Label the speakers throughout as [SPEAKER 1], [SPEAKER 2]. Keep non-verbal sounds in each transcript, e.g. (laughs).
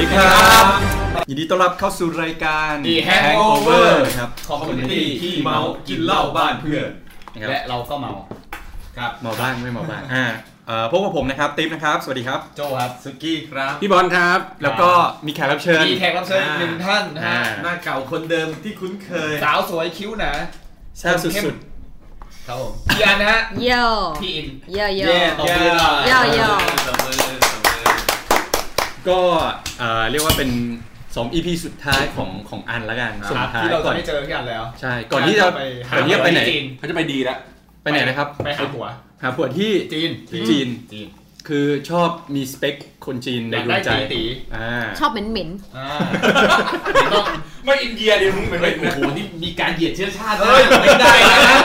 [SPEAKER 1] ดีครับ ยินดีต้อนรับเข้าสู่รายการ
[SPEAKER 2] The Hangover
[SPEAKER 1] ครับ
[SPEAKER 2] คอมมูนิตี้ที่เมากินเหล้าบ้านเพื่อน
[SPEAKER 1] นะครับ
[SPEAKER 2] และเราก็เมา ครับ
[SPEAKER 1] เมาบ้างไม่เมาบ้างอ่าเอ่อพบกับผมนะครับติ๊บนะครับ สวัสดีครับ
[SPEAKER 2] โจครับ
[SPEAKER 3] สุกี้ครับ
[SPEAKER 1] พี่บอลครับ แล้วก็มีแขกรับเชิญ
[SPEAKER 2] มีแขกรับเชิญหนึ่งท่านนะฮะ
[SPEAKER 1] อ่า
[SPEAKER 3] หน้าเก่าคนเดิมที่คุ้นเคย
[SPEAKER 2] สาวสวยคิ้วหนา
[SPEAKER 1] แซ่บสุด
[SPEAKER 2] ครับผมพี่อันนะฮะ
[SPEAKER 4] โย่
[SPEAKER 2] พี่อิน
[SPEAKER 4] โย่โย่
[SPEAKER 2] เย่ตบมือหน่อย
[SPEAKER 4] เย่เย่
[SPEAKER 3] สมอสมอ
[SPEAKER 1] ๆ ก็เอ่อเรียกว่าเป็น 2 EP สุดท้ายของของอันละกันสุ
[SPEAKER 2] ค
[SPEAKER 1] ด
[SPEAKER 2] รับ
[SPEAKER 1] ท้าย
[SPEAKER 2] ที่เราจะ
[SPEAKER 1] ก่อน
[SPEAKER 2] ไม่เจอพี่อันแล้ว
[SPEAKER 1] ใช่ก่อนที่จะ
[SPEAKER 2] ก่อ
[SPEAKER 1] ก่อน น
[SPEAKER 2] ที่
[SPEAKER 1] ที่
[SPEAKER 2] จะ
[SPEAKER 1] จะ
[SPEAKER 2] ไปหา
[SPEAKER 1] ไปไหน
[SPEAKER 2] ที่จีน
[SPEAKER 3] เขาจะไปดีแล้ว
[SPEAKER 1] ไปไหนนะครับ
[SPEAKER 2] ไปหาผัว
[SPEAKER 1] หาผัวที่
[SPEAKER 2] จีน
[SPEAKER 1] ที่จีน
[SPEAKER 3] จีน
[SPEAKER 1] คือชอบมีสเปคคนจีนในดวงใจ
[SPEAKER 2] อยากได้ตี๋ๆ
[SPEAKER 1] อ่า
[SPEAKER 4] ชอบเหม็นเหม็น
[SPEAKER 2] อ่า
[SPEAKER 3] ต้องไม่อินเดียดิมึงเป็น
[SPEAKER 2] เฮ้ย
[SPEAKER 3] โอ้
[SPEAKER 2] โอ้
[SPEAKER 3] โห
[SPEAKER 2] โหนี่มีการเหยียดเชื้อชาตินะ
[SPEAKER 3] เอ้ยไม่ได้นะ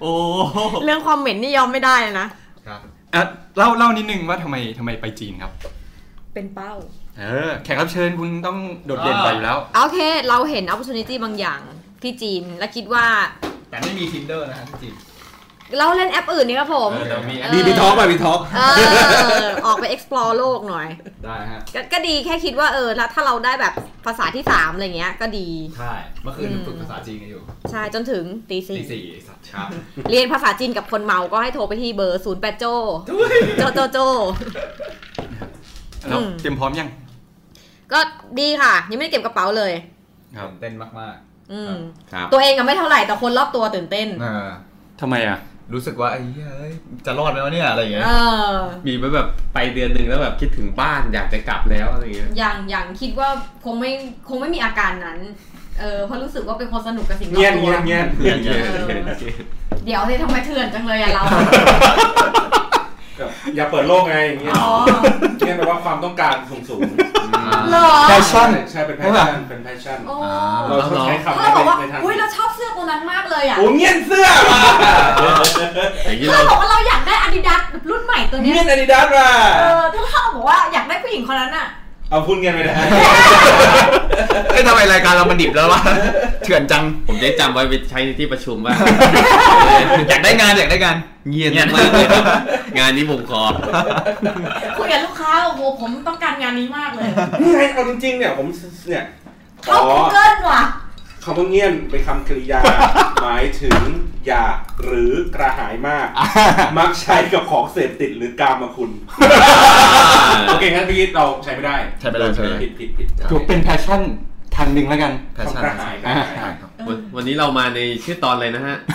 [SPEAKER 1] โอ้
[SPEAKER 4] ๆเรื่องความเหม็นนี่ยอมไม่ได้เลยนะ
[SPEAKER 2] ครับ
[SPEAKER 1] อ่ะเล่าเล่านิดนึงว่าทำไมทำไมไปจีนครับ
[SPEAKER 4] เป็นเป้า
[SPEAKER 1] เออแขกรับเชิญคุณต้องโดดเด่นไปอยู่แล้ว
[SPEAKER 4] โอเค เราเห็น opportunity บางอย่างที่จีน และคิดว่า
[SPEAKER 2] แต่ไม่มี tinder นะฮะที่จีน
[SPEAKER 4] เราเล่นแอปอื่นนี่ครับผม
[SPEAKER 3] แต่มี
[SPEAKER 4] ดีบีท็อกไปบีท็อกเอ
[SPEAKER 2] (laughs)
[SPEAKER 4] อ ออกไป explore โลกหน่อย
[SPEAKER 2] ได้ฮะ
[SPEAKER 4] กก็ดีแค่คิดว่าเออแล้วถ้าเราได้แบบภาษาที่ 3 อะไรเงี้ย ก็ดี
[SPEAKER 2] ใช่ เมื่อคืนฝึกภาษาจีนกันอยู่
[SPEAKER 4] ใช่จนถึงตีสี่
[SPEAKER 2] ตีสี่สัตว์ครับ
[SPEAKER 4] เรียนภาษาจีนกับคนเมา ก็ให้โทรไปที่เบอร์0ูนย์แปดโจโจโจโจ
[SPEAKER 1] แล้ว
[SPEAKER 4] อืม
[SPEAKER 1] เตรียมพร้อมยัง
[SPEAKER 4] ก็ดีค่ะ ยังไม่ได้เก็บกระเป๋าเลย
[SPEAKER 1] ครับ
[SPEAKER 2] เต้นมาก
[SPEAKER 4] อืม
[SPEAKER 3] ครับ
[SPEAKER 4] ตัวเองก็ไม่เท่าไหร่แต่คนรอบตัวตื่นเต้น
[SPEAKER 2] ๆ อ่า
[SPEAKER 1] ทำไมอ่ะ
[SPEAKER 2] รู้สึกว่าไอ้เหี้ยเอ้ยจะรอดไหมวะเนี่ยอะไรอย่างเงี้ย
[SPEAKER 4] เออ
[SPEAKER 3] มีไปแบบไปเดือนหนึ่งแล้วแบบคิดถึงบ้านอยากจะกลับแล้วอะไรอย่างเงี้ย
[SPEAKER 4] อย่างอย่างคิดว่าคงไม่คงไม่มีอาการนั้น เออเพราะรู้สึกว่าเป็นคนสนุกกับสิ่งรอ
[SPEAKER 3] เงีย
[SPEAKER 4] บ
[SPEAKER 3] น
[SPEAKER 4] ตัว
[SPEAKER 3] เงียนเงียนเงียนเงียน
[SPEAKER 4] เดี๋ยวสิทำไมเถื่อนจังเลยอะเรา
[SPEAKER 5] อย่าเปิดโลกไงอย่างเงี้ย
[SPEAKER 4] อ๋อ
[SPEAKER 5] เนี่ยแปลว่าความต้องการสูงสูง
[SPEAKER 4] เหรอ
[SPEAKER 1] แพชชั่น
[SPEAKER 5] ใช่เป็นแพชชั่นเป็นแพชชั่น
[SPEAKER 4] โอ้
[SPEAKER 5] เราชอบใช้คำ
[SPEAKER 4] ถ้า
[SPEAKER 5] นี้
[SPEAKER 4] เราบอกว่า
[SPEAKER 5] ในทาง
[SPEAKER 4] อุ้ยเราชอบเสื้อตัวนั้นมากเลยอะ
[SPEAKER 5] โอ้เงี้ยนเสื้อมา
[SPEAKER 3] อย่างนี้
[SPEAKER 4] ถ้าเรา
[SPEAKER 3] เรา
[SPEAKER 4] บอกว่าเราอยากได้อาดิดาสรุ่นใหม่ตัวเนี้ย
[SPEAKER 5] เงี้ยนอาดิดาสมา
[SPEAKER 4] เออถ้าเราบอกว่าอยากได้ผู้หญิงคนนั้นอะ
[SPEAKER 5] เอาพูดเงี้ยนไปได้
[SPEAKER 1] เอ้ยทำไมรายการเรามันดิบแล้ววะ เถื่อนจัง
[SPEAKER 3] ผมจะจำไว้ไปใช้ในที่ประชุมว่า
[SPEAKER 1] อยากได้งานอยากได้งาน
[SPEAKER 3] เงียนมากเลยครับงานนี้ผมขอ
[SPEAKER 4] คุยกับลูกค้าโอ้โหผมต้องการงานนี้มากเลย
[SPEAKER 5] นี่ไงเอาจริงๆเนี่ยผมเนี่ย
[SPEAKER 4] เข้า Google ว่ะ
[SPEAKER 5] คำว่าเงี้ยนเป็นคำกริ
[SPEAKER 3] (laughs)
[SPEAKER 5] ยา หมายถึงอยากหรือกระหายมาก มักใช้กับของเสพติดหรือกามคุณ โอเคงั้นพี่เราใช้ไม่ได้
[SPEAKER 1] ใช้ไม่ได้ใช้ไม่ได้
[SPEAKER 5] ผิดผิดผิด
[SPEAKER 1] ถือเป็นแพชชั่นทางหนึ่งแล้วกัน
[SPEAKER 5] คำกระหายกระหาย
[SPEAKER 4] เอ
[SPEAKER 3] วัน
[SPEAKER 4] อ
[SPEAKER 3] วันนี้เรามาในชื่อตอนอะไรนะฮะ
[SPEAKER 4] เ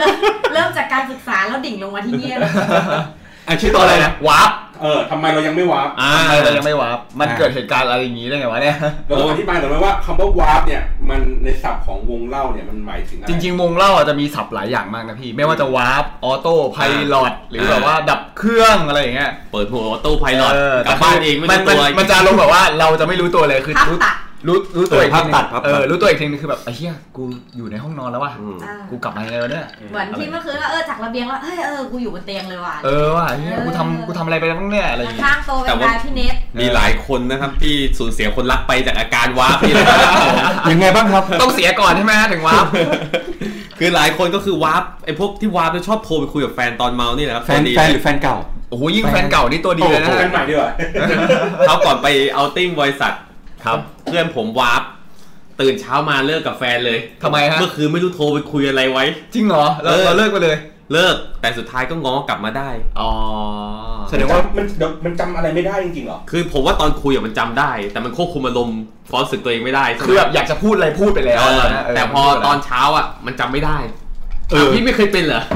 [SPEAKER 4] ริ่มเริ่มจากการศึกษาแล้วดิ่งลงมาที่เนี่ยเลย
[SPEAKER 1] อ่ะชื่อตอนอะไรนะวาร์ป
[SPEAKER 5] เออทำไมเรายังไม่วาร์ป
[SPEAKER 3] อ่า
[SPEAKER 1] เรายังไม่วาร์ปมันเกิดเหตุการณ์อะไรอย่างนี้ได้ไงวะเนี่ย
[SPEAKER 5] เราต้องอธิบายหน่อยไหมว่าคำว่าวาร์ปเนี่ยมันในศัพท์ของวงเล่าเนี่ยมันหมายถึงอะไร
[SPEAKER 6] จริงๆวงเล่าอาจจะมีศัพท์หลายอย่างมากนะพี่ ไม่ว่าจะวาร์ปออโต้ไพลอตหรือแบบว่าดับเครื่องอะไรอย่างเงี้ย
[SPEAKER 3] เปิดหัวตู้ไพลอต
[SPEAKER 6] เออก
[SPEAKER 3] ลับบ้านเองไม่
[SPEAKER 6] มัน
[SPEAKER 3] รู้ตัว
[SPEAKER 6] มันมันจะลงแบบว่าเราจะไม่รู้ตัวเลยคือรู้รู้
[SPEAKER 4] ภาพตัด
[SPEAKER 6] รู้ตัว
[SPEAKER 1] เออ
[SPEAKER 6] อีกทีหนึ
[SPEAKER 1] ภาพตัด
[SPEAKER 6] ง
[SPEAKER 1] ภาพตัด
[SPEAKER 6] เออรู้ตัวอีกทีหนึงคือแบบไอ้เหี้ยกูอยู่ในห้องนอนแล้วว่ะ
[SPEAKER 4] อ่า
[SPEAKER 6] กูกลับมายังไงวะเนี่ย
[SPEAKER 4] เหมือนที่เมื่อคืนว่าเออจากระเบียงแล้วเฮ้ยเออกูอยู่บนเตียงเลยว่ะ
[SPEAKER 6] เออว่ะไอ้เหี้ยกูทำกูทำอะไรไปบ้างเนี่ยอะไรอย่างเงี้ย
[SPEAKER 4] ข้างๆโตเป็นกายพี่เนท
[SPEAKER 3] มีหลายคนนะครับที่สูญเสียคนรักไปจากอาการว้าพี่เลยครับผม
[SPEAKER 1] ยังไงบ้างครับ
[SPEAKER 6] ต้องเสียก่อนใช่ไหมถึงวา
[SPEAKER 3] (laughs)
[SPEAKER 6] ร์ป
[SPEAKER 3] คือหลายคนก็คือวาร์ปไอ้พวกที่วาร์ปแล้วชอบโทรไปคุยกับแฟนตอนเมานี่แหละครับ
[SPEAKER 1] แฟน
[SPEAKER 3] ดี
[SPEAKER 1] แฟนหรือแฟนเก่า
[SPEAKER 6] โอ้โหยิ่งแฟน (laughs) เก่านี่ตัวดีเลยนะ
[SPEAKER 5] เป็นใหม่ดีกว่า
[SPEAKER 3] เขาก่อนไปเอาติ้งบริษัทครับ เพื่อนผมวาร์ปตื่นเช้ามาเลิกกับแฟนเลย
[SPEAKER 6] ทำไมฮะ
[SPEAKER 3] เมื่อคืนไม่รู้โทรไปคุยอะไรไว้
[SPEAKER 6] จริงเหรอเรา
[SPEAKER 3] เออ
[SPEAKER 6] เราเลิกไปเลย
[SPEAKER 3] เลิกแต่สุดท้ายก็ง้อกลับมาได้
[SPEAKER 6] อ๋อ
[SPEAKER 1] แสดงว่า
[SPEAKER 5] มันเดี๋ยวมันจำอะไรไม่ได้จริงๆเหรอ
[SPEAKER 3] คือผมว่าตอนคุยอะมันจำได้ แต่มันควบคุมอารมณ์ความรู้สึกตัวเองไม่ได้ใช่ไหม
[SPEAKER 6] คือแบบอยากจะพูดอะไรพูดไปแล้ว
[SPEAKER 3] เออ
[SPEAKER 6] นะเ
[SPEAKER 3] แต่พอตอนเช้าอ่ะ มันจำไม่ได้
[SPEAKER 1] เออ
[SPEAKER 3] ถามพี่ไม่เคยเป็นเหรอ (laughs)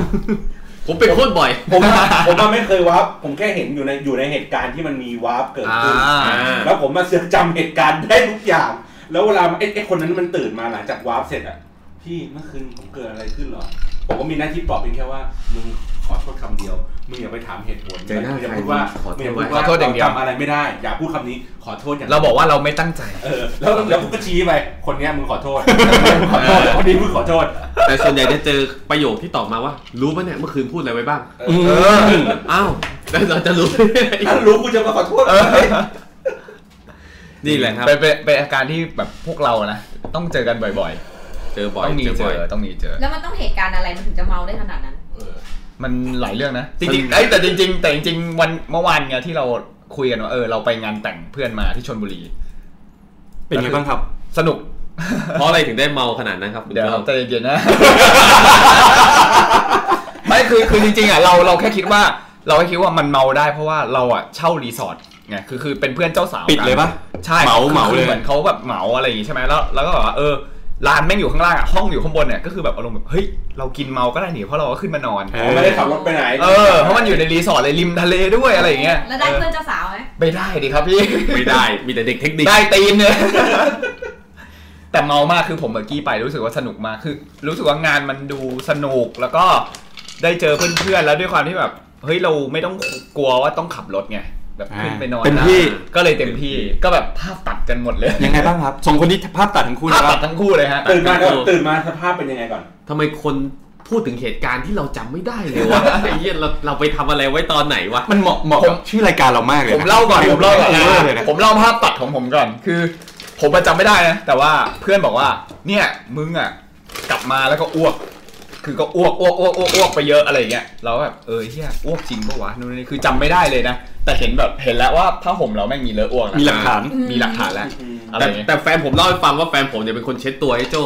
[SPEAKER 3] ผมเป็นโคตรบ่อย
[SPEAKER 5] ผมอะผมอะไม่เคยวาร์ปผมแค่เห็นอยู่ในอยู่ในเหตุการณ์ที่มันมีวาร์ปเกิดขึ้น
[SPEAKER 6] อ่า
[SPEAKER 5] แล้วผมมาเสือกจำเหตุการณ์ได้ทุกอย่าง แล้วเวลาไอ้ไอ้คนนั้นมันตื่นมาหลังจากวาร์ปเสร็จอ่ะพี่เมื่อคืนผมเกิดอะไรขึ้นเหรอผมก็มีหน้าที่ปลอบเป็นแค่ว่ามึงขอโทษคำเดียวมึงอย่าไปถามเหตุผล
[SPEAKER 3] เจอหน้า
[SPEAKER 5] มึงอย่า
[SPEAKER 3] ใคร
[SPEAKER 5] พูดว่า
[SPEAKER 3] ขอโทษ
[SPEAKER 5] มึงอย่าพูด
[SPEAKER 6] ขอโทษอย่างเดียว
[SPEAKER 5] รจำอะไรไม่ได้ อย่าพูดคำนี้ขอโทษอย่าง
[SPEAKER 6] เราบอกว่าเราไม่ตั้งใจ
[SPEAKER 5] เออแล้วแล้วกูก็ชี้ไปคนเนี้ยมึงขอโท
[SPEAKER 6] (laughs)
[SPEAKER 5] ษ มึงขอโทษคนนี้มึงขอโทษ
[SPEAKER 3] แต่ส่วนใหญ่จะเจอประโยคที่ตอบมาว่า รู้ปะเนี่ยเมื่อคืนพูดอะไรไว้บ้าง
[SPEAKER 6] เออ
[SPEAKER 3] อ้าวแล้วเราจะรู้
[SPEAKER 5] ถ้ารู้กูจะมาขอโทษ
[SPEAKER 6] (laughs) เออ
[SPEAKER 3] (laughs) นี่แหละครับ
[SPEAKER 6] เป็นเป็นเป็นอาการที่แบบพวกเรานะ ต้องเจอกันบ่อย
[SPEAKER 3] เจอ
[SPEAKER 6] ๆ
[SPEAKER 3] บ่อย
[SPEAKER 6] ต้องมี
[SPEAKER 3] เจอ
[SPEAKER 6] เจ
[SPEAKER 3] บ่อย
[SPEAKER 6] อ ต้องมีเจอ
[SPEAKER 4] แล้วมันต้องเหตุการณ์อะไรมันถึงจะเมาได้ขนาดนั้น
[SPEAKER 5] เออ
[SPEAKER 6] มันหลายเรื่องนะ จ
[SPEAKER 3] มั
[SPEAKER 6] ริง
[SPEAKER 3] น
[SPEAKER 6] ๆเอ้ยแต่จริง ๆ แต่จริงๆวันเมื่อวานไงที่เรา คุยกันว่าเออเราไปงานแต่งเพื่อนมาที่ชนบุรี
[SPEAKER 1] เป็นไงบ้างครับ
[SPEAKER 6] สนุก
[SPEAKER 3] เพราะอะไรถึงได้เมาขนาดนั้นครับคุณ
[SPEAKER 6] เดี๋ยว
[SPEAKER 3] เจ้า
[SPEAKER 6] ใจเย็นๆนะ (laughs) ไม่คือคือจริงๆอ่ะเราเราแค่คิดว่า เราแค่คิดว่ามันเมาได้เพราะว่าเราอ่ะเช่ารีสอร์ทไงคือคือเป็นเพื่อนเจ้าสาวกัน
[SPEAKER 1] ปิดเลยปะ
[SPEAKER 6] ใช่
[SPEAKER 1] เหมา
[SPEAKER 6] คือ
[SPEAKER 1] เหมา
[SPEAKER 6] คือ
[SPEAKER 1] เลย
[SPEAKER 6] เหมือนเขาแบบเหมาอะไรอย่างงี้ใช่ไหมแล้วแล้วก็แบบว่าเออร้านแม่งอยู่ข้างล่างอ่ะห้องอยู่ข้างบนเนี่ยก็คือแบบอารมณ์แบบเฮ้ยเรากินเมาก็ได้หนิเพราะเราก็ขึ้นมานอน
[SPEAKER 1] เอ
[SPEAKER 5] อ๋อ
[SPEAKER 1] อ
[SPEAKER 5] ไม่ได้ขับรถไปไหน
[SPEAKER 6] เออเพราะมันอยู่ในรีสอร์ทเลยริมทะเลด้วยอะไรอย่างเงี้ย
[SPEAKER 4] แล้วได้เพื่อนเจ้าสาวไหม
[SPEAKER 6] ไม่ได้ดิครับพี่
[SPEAKER 3] ไม่ได้ มีแต่เด็กเทคนิค
[SPEAKER 6] ได้ตีนเนี่ย (laughs) แต่เมามากคือผมเมื่อกี้ไปรู้สึกว่าสนุกมากคือ รู้สึกว่างานมันดูสนุกแล้วก็ได้เจอเพื่อนๆแล้วด้วยความที่แบบเฮ้ยเราไม่ต้องกลัวว่าต้องขับรถไงแบบขึ้นไปนอน
[SPEAKER 1] เต็ม
[SPEAKER 6] นะ
[SPEAKER 1] ที่
[SPEAKER 6] ก็เลยเต็มที่ก็แบบภาพตัดกันหมดเลย
[SPEAKER 1] ยังไงบ้างครับสองคนนี้ภาพตัดทั้งคู่เล
[SPEAKER 6] ภาพ
[SPEAKER 1] ย
[SPEAKER 6] ตั
[SPEAKER 1] ปะ
[SPEAKER 6] ดทั้งคู่เลยฮะ
[SPEAKER 5] ตื่นมา
[SPEAKER 3] เออ
[SPEAKER 5] ตื่นมาสภาพเป็นยังไงก่อน
[SPEAKER 3] ทำไมคนพูดถึงเหตุการณ์ที่เราจำไม่ได้เลยว (laughs) ะ ไอ้เหี้ยเราเราไปทำอะไรไว้ตอนไหน (laughs) วะ
[SPEAKER 1] มันเหมาะเหมาะ
[SPEAKER 6] ผ
[SPEAKER 1] กั
[SPEAKER 6] ม
[SPEAKER 1] บชื่อรายการเรามากเลย
[SPEAKER 6] ผม
[SPEAKER 1] นะ
[SPEAKER 6] เล่าก่อนผมเล่าก่อน
[SPEAKER 1] ออเลย
[SPEAKER 6] นะ
[SPEAKER 1] นะ
[SPEAKER 6] ผมเล่าภาพตัดของผมก่อนคือ ผมประจำไม่ได้นะแต่ว่าเพื่อนบอกว่า เนี่ยมึงอ่ะ กลับมาแล้วก็อ้วก คือก็อ้วกอ้วกอ้วกอ้วกอ้วกไปเยอะอะไรอย่างเงี้ยเราก็แบบเออเฮียอ้วกจริงปะวะนู่นนี่คือจำไม่ได้เลยนะ แต่เห็นแบบเห็นแล้วว่าผ้าห่มเราแม่งมีเลอะอ้วกนะ
[SPEAKER 1] มีหลักฐาน
[SPEAKER 4] อืม
[SPEAKER 6] มีหลักฐานแล้ว
[SPEAKER 5] อืม
[SPEAKER 6] อะไร
[SPEAKER 3] แต่
[SPEAKER 6] อย่างเงี้ย
[SPEAKER 3] แต่แฟนผมเล่าให้ฟังว่าแฟนผมเนี่ยเป็นคนเช็ดตัวให้โจ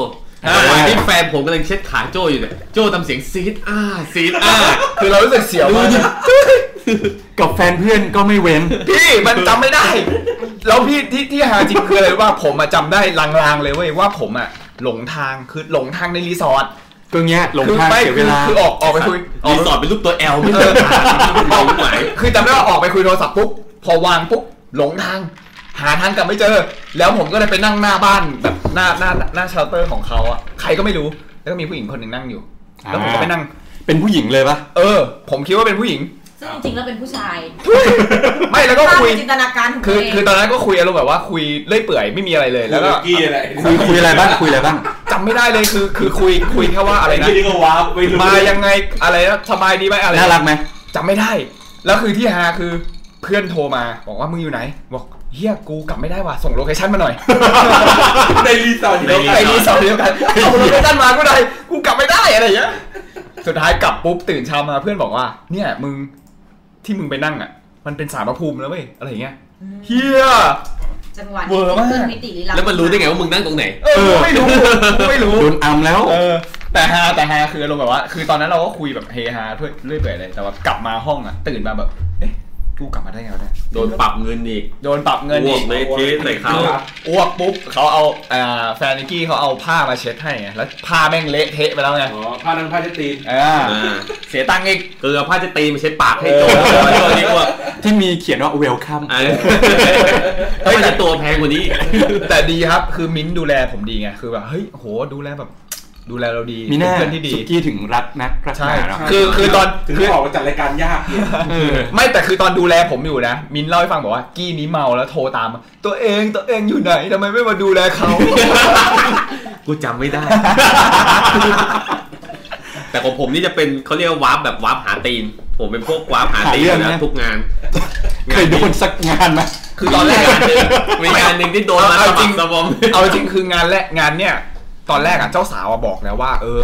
[SPEAKER 6] อ่า
[SPEAKER 3] ระหว่างที่แฟนผมกำลังเช็ดขาโจอยู่เนี่ย โจทำเสียงซีดอ้าซีดอ้า
[SPEAKER 6] คือเรารู้สึกเสียวมากนะ
[SPEAKER 1] กับแฟนเพื่อนก็ไม่เว้น
[SPEAKER 6] พี่มันจำไม่ได้ แล้วพี่ที่ที่หาจริงคืออะไรรู้ว่าผมอะจำได้ลางๆเลยเว้ยว่าผมอะหลงทางคือหลงทางในรีสอร์ท
[SPEAKER 1] ก็เงี้ยหลงทาง
[SPEAKER 6] ไม่
[SPEAKER 1] เสียเวลา
[SPEAKER 6] คือออกออกไปคุยออ
[SPEAKER 3] รี
[SPEAKER 6] ก
[SPEAKER 3] สอร์ทเป็นรูปตัวแอลไม่ใช่
[SPEAKER 6] อ (laughs) อก
[SPEAKER 3] ห
[SPEAKER 6] ห
[SPEAKER 3] มาม
[SPEAKER 6] าย ยคือจำได้ว่าออกไปคุยโทรศัพท์ปุ๊บพอวางปุ๊บหลงทาง หาทางกลับไม่เจอ แล้วผมก็เลยไปนั่งหน้าบ้านแบบหน้าหน้าหน้าเชาเตอร์ของเขาอะใครก็ไม่รู้แล้วก็มีผู้หญิงคนหนึ่งนั่งอยู่ แล้วผมก็ไปนั่ง
[SPEAKER 1] เป็นผู้หญิงเลยปะ
[SPEAKER 6] เออ ผมคิดว่าเป็นผู้หญิง (laughs)
[SPEAKER 4] ซึ่งจริงๆแล้วเป็นผู้ชาย
[SPEAKER 6] ไม่แล้วก็คุย
[SPEAKER 4] ภาพในจินตนาการของ
[SPEAKER 6] คื
[SPEAKER 4] ตัว
[SPEAKER 6] อ
[SPEAKER 4] เง
[SPEAKER 6] คือตอนนั้นก็คุยอารมณ์แบบว่าคุยเลื่อยเปื่อยไม่มีอะไรเลย แล้วก็
[SPEAKER 5] กี้อะไร
[SPEAKER 1] คุยคุยอะไรบ้างคุยอะไรบ้าง
[SPEAKER 6] จำไม่ได้เลยคือคือคุยคุยแค่ว่าอะไรนะ
[SPEAKER 5] กี้นี่ก็ว้าวไม่รู้
[SPEAKER 6] มายังไงอะไรนะสบายดีไหมอะไรนะ
[SPEAKER 1] น่ารักไหม
[SPEAKER 6] จำไม่ได้ แล้วคือที่ฮาคือเพื่อนโทรมา บอกว่ามึงอยู่ไหน บอกเฮียกูกลับไม่ได้ว่ะส่งโลเคชั่นมาหน่อย
[SPEAKER 5] ในรีสอร์ทอยู่แล้ว
[SPEAKER 6] ไอ้นี่สองเดียวกันส่งโลเคชั่นมากูได้กูกลับไม่ได้อะไรอย่างเงี้ยสุดท้ายกลับปุ๊บตื่นเช้ามาเพื่อนบอกว่า เนี่ยมึงที่มึงไปนั่งอ่ะ มันเป็นสารพระภูมิแล้วเว้ยอะไรอย่างเงี้ย
[SPEAKER 4] อืม
[SPEAKER 6] เฮีย
[SPEAKER 4] จังหวะ
[SPEAKER 6] เวอร์มาก
[SPEAKER 4] ขึ้นมิติลี้ลับ
[SPEAKER 3] แล้วมันรู้ได้ไงว่ามึงนั่งตรงไหน
[SPEAKER 6] เออกูไม่รู้กูไม่รู้
[SPEAKER 1] โดนอัมแล้ว
[SPEAKER 6] เออแต่ฮาแต่ฮาคืออารมณ์แบบว่า คือตอนนั้นเราก็คุยแบบเฮฮาเพื่อเรื่อยเปื่อยเลยแต่ว่ากลับมาห้องอ่ะ ตื่นมาแบบเอ๊ะกูกลับมาได้ไงวะเนี่ย
[SPEAKER 3] โดนปรับเงินอีก
[SPEAKER 6] โดนปรับเงิน
[SPEAKER 3] อ้ว
[SPEAKER 6] อี
[SPEAKER 3] ก
[SPEAKER 6] ก
[SPEAKER 3] เลยทีใส่เขา
[SPEAKER 6] อ้วกปุ๊บเขาเอาอ่าแฟนนิกกี้เขาเอาผ้ามาเช็ดให้ไงแล้วผ้าแม่งเละเทะไปแล้วไง
[SPEAKER 5] อ๋อผ้านังผ้าเช็ดตีน
[SPEAKER 6] อ่า
[SPEAKER 3] อ่า
[SPEAKER 6] เสียตังค์อีก (laughs)
[SPEAKER 3] เกลือผ้าจะตีนมาเช็ดปากให้โจโจนี่ว่า
[SPEAKER 1] ที่มีเขียนว่า welcome
[SPEAKER 3] เออเฮ้ยจะตัวแพงกว่านี้
[SPEAKER 6] แต่ดีครับคือมิ้นท์ดูแลผมดีไงคือแบบเฮ้ยโหดูแลแบบ ดูแลเราดี
[SPEAKER 1] มีหน้า
[SPEAKER 6] เป็นเพื่อนที่ดี
[SPEAKER 1] สุกี้ถึงรักนักรักห
[SPEAKER 6] ใช่
[SPEAKER 1] นาเนาะ
[SPEAKER 6] คือคือตอน
[SPEAKER 5] ถึง
[SPEAKER 6] คือ
[SPEAKER 5] ออกมาจัดรายการยากเนี่ย
[SPEAKER 1] เออ
[SPEAKER 6] ไม่แต่คือตอนดูแลผมอยู่นะ มิ้นท์เล่าให้ฟังบอกว่ากี้นี้เมาแล้วโทรตามมาตัวเองตัวเองอยู่ไหนทำไมไม่มาดูแล (laughs) เขา
[SPEAKER 3] กูจำไม่ได้ แต่ของผมนี่จะเป็นเขาเรียกว่าวาร์ปแบบวาร์ปหาตีน ผมเป็นพวกวาร์ปหาตีน
[SPEAKER 1] หาเรื่อง
[SPEAKER 3] นะ
[SPEAKER 1] นะ
[SPEAKER 3] ทุกงาน
[SPEAKER 1] เคยโดนสักงานไหม
[SPEAKER 3] คือตอนแรกงานหนึ่งมีงานหนึ่งที่โดนมา
[SPEAKER 6] เอา
[SPEAKER 3] สะ
[SPEAKER 6] จริ
[SPEAKER 3] บัก
[SPEAKER 6] ง
[SPEAKER 3] สะบอม
[SPEAKER 6] เอาจริงคืองานแรกงานเนี่ยตอนแรกอ่ะเจ้าสาวอะบอกแล้วว่า เออ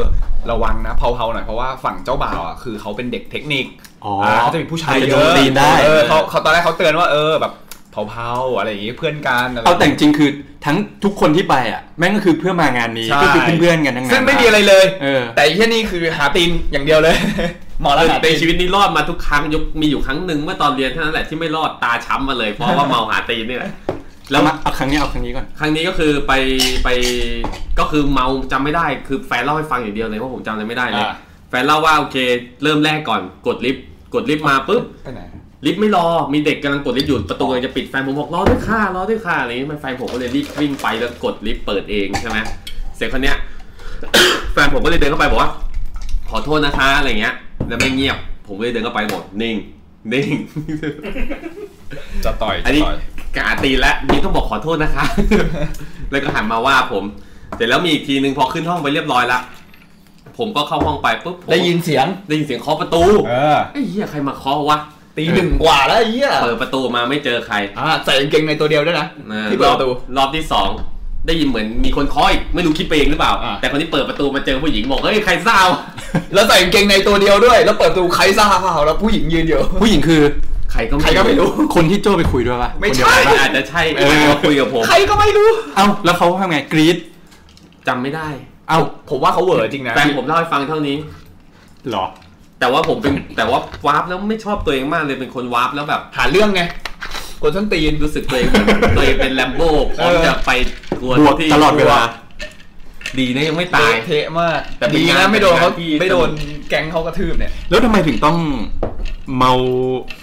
[SPEAKER 6] ระวังนะเผาๆหน่อยเพราะว่าฝั่งเจ้าบ่าวอ่ะคือเขาเป็นเด็กเทคนิค
[SPEAKER 1] อ๋ออ่
[SPEAKER 6] าเขาจะมีผู้ชาย
[SPEAKER 1] อาจจะ
[SPEAKER 6] เย
[SPEAKER 1] โด
[SPEAKER 6] อะ
[SPEAKER 1] นตีนได้
[SPEAKER 6] เออเขาเขาตอนแรกเขาเตือนว่าเออแบบเผาๆอะไรอย่างงี้เพื่อนกันอะไร
[SPEAKER 1] เอาแต่จริงๆคือทั้งทุกคนที่ไปอ่ะ แม่งก็คือเพื่อมางานนี้
[SPEAKER 6] ใช่
[SPEAKER 1] ก็คือเพื่อนๆกันทั้งนั้น
[SPEAKER 6] ซึ่งไม่มีอะไรเลย
[SPEAKER 1] เออ
[SPEAKER 6] แต่ไอ้ที่นี่คือหาตีนอย่างเดียวเลย หมอแล้วหา
[SPEAKER 3] ใน
[SPEAKER 6] ตีน
[SPEAKER 3] ชีวิตนี้รอดมาทุกครั้งยกมีอยู่ครั้งหนึ่งเมื่อตอนเรียนเท่านั้นแหละที่ไม่รอดตาช้ำมาเลยเพราะว่าเมาหาตีนนี่แหละแล้
[SPEAKER 1] แล้ว
[SPEAKER 3] ว
[SPEAKER 1] มาเอาครั้งนี้เอาครั้งนี้ก่อน
[SPEAKER 3] ครั้งนี้ก็คือไปไปก็คือเมาจำไม่ได้คือแฟนเล่าให้ฟังอย่างเดียวเลยเพราะผมจำอะไรไม่ได้เลย
[SPEAKER 6] อ่า
[SPEAKER 3] แฟนเล่าว่าโอเคเริ่มแรกก่อนกดลิฟต์กดลิฟต์มาปุ๊บ
[SPEAKER 6] ไปไหน
[SPEAKER 3] ลิฟต์ไม่รอ มีเด็กกำลังกดลิฟต์อยู่ ประตูกำลังจะปิด แฟนผมบอกรอด้วยค่ะ รอด้วยค่ะอะไรอย่างนี้แฟนผมก็เลยรีบวิ่งไปแล้วกดลิฟต์เปิดเองใช่ไหมเสร็จคนเนี้ย แฟนผมก็เลยเดินเข้าไปบอกว่า ขอโทษนะคะอะไรเงี้ย แล้วไม่เงียบ ผมก็เลยเดินเข้าไปบอกนิ่ง นิ่ง
[SPEAKER 6] จะต่อย
[SPEAKER 3] อันนี้กาตีแล้วนี่ต้องบอกขอโทษนะคะ แล้วก็หันมาว่าผม เสร็จแล้วมีอีกทีนึงพอขึ้นห้องไปเรียบร้อยละ ผมก็เข้าห้องไปปุ๊บผม
[SPEAKER 6] ได้ยินเสียง
[SPEAKER 3] ได้ยินเสียงเคาะประตู
[SPEAKER 6] เออ
[SPEAKER 3] ไอ้เหี้ยใครมาเคาะวะ
[SPEAKER 6] ตีหนึ่งกว่าแล้วไอ้เหี้ย
[SPEAKER 3] เปิดประตูมาไม่เจอใคร
[SPEAKER 6] อ่าใส่กางเกงในตัวเดียวด้วยนะ
[SPEAKER 3] เออ
[SPEAKER 6] ที่เปิดประตู
[SPEAKER 3] รอบรอบที่สองได้ยินเหมือนมีคนเคาะอีกไม่รู้คิดไปเองหรือเปล่า
[SPEAKER 6] อ่า
[SPEAKER 3] แต่คนที่เปิดประตูมาเจอผู้หญิงบอกเฮ้ยใครเศร้า
[SPEAKER 6] แล้วใส่กางเกงในตัวเดียวด้วย แล้วเปิดประตูใครซ่าเปล่าแล้วผู้หญิงยืนอยู่
[SPEAKER 1] ผู้หญิงคือ
[SPEAKER 3] ใคร รก็
[SPEAKER 6] ใครก็ไม่รู้
[SPEAKER 1] คนที่โจ้ไปคุยด้วยปะ
[SPEAKER 6] ไม่
[SPEAKER 1] คนเดียว
[SPEAKER 6] ใช่
[SPEAKER 1] กันปะ
[SPEAKER 3] อาจจะใช่
[SPEAKER 6] เออ
[SPEAKER 3] มาคุยกับผม
[SPEAKER 6] ใครก็ไม่รู้
[SPEAKER 1] เอ้าแล้วเขาทำไงกรี๊ด
[SPEAKER 3] จำไม่ได้
[SPEAKER 6] เอ้าผมว่าเขาเหวอจริงนะ
[SPEAKER 3] แฟนผมเล่าให้ฟังเท่านี้
[SPEAKER 1] เหรอ
[SPEAKER 3] แต่ว่าผมเป็นแต่ว่าวาร์ปแล้วไม่ชอบตัวเองมากเลยเป็นคนวาร์ปแล้วแบบ
[SPEAKER 6] หาเรื่องไงคนส้นตีน
[SPEAKER 3] รู้สึกตัวเองเหมือนตัวเองเป็นแลมโบ้พร้อม
[SPEAKER 6] เออ
[SPEAKER 3] จะไปกวน
[SPEAKER 1] บวก
[SPEAKER 3] ที่
[SPEAKER 1] ตลอดเวลา
[SPEAKER 3] ดีนะยังไม่ตาย
[SPEAKER 6] เทะมาก
[SPEAKER 3] แต่เป็น
[SPEAKER 6] ดี
[SPEAKER 3] งาน
[SPEAKER 6] นะไม่โดนเขา
[SPEAKER 3] ที่
[SPEAKER 6] ไม่โดนแก๊งเขากระทืบเนี่ย
[SPEAKER 1] แล้วทำไมถึงต้องเมา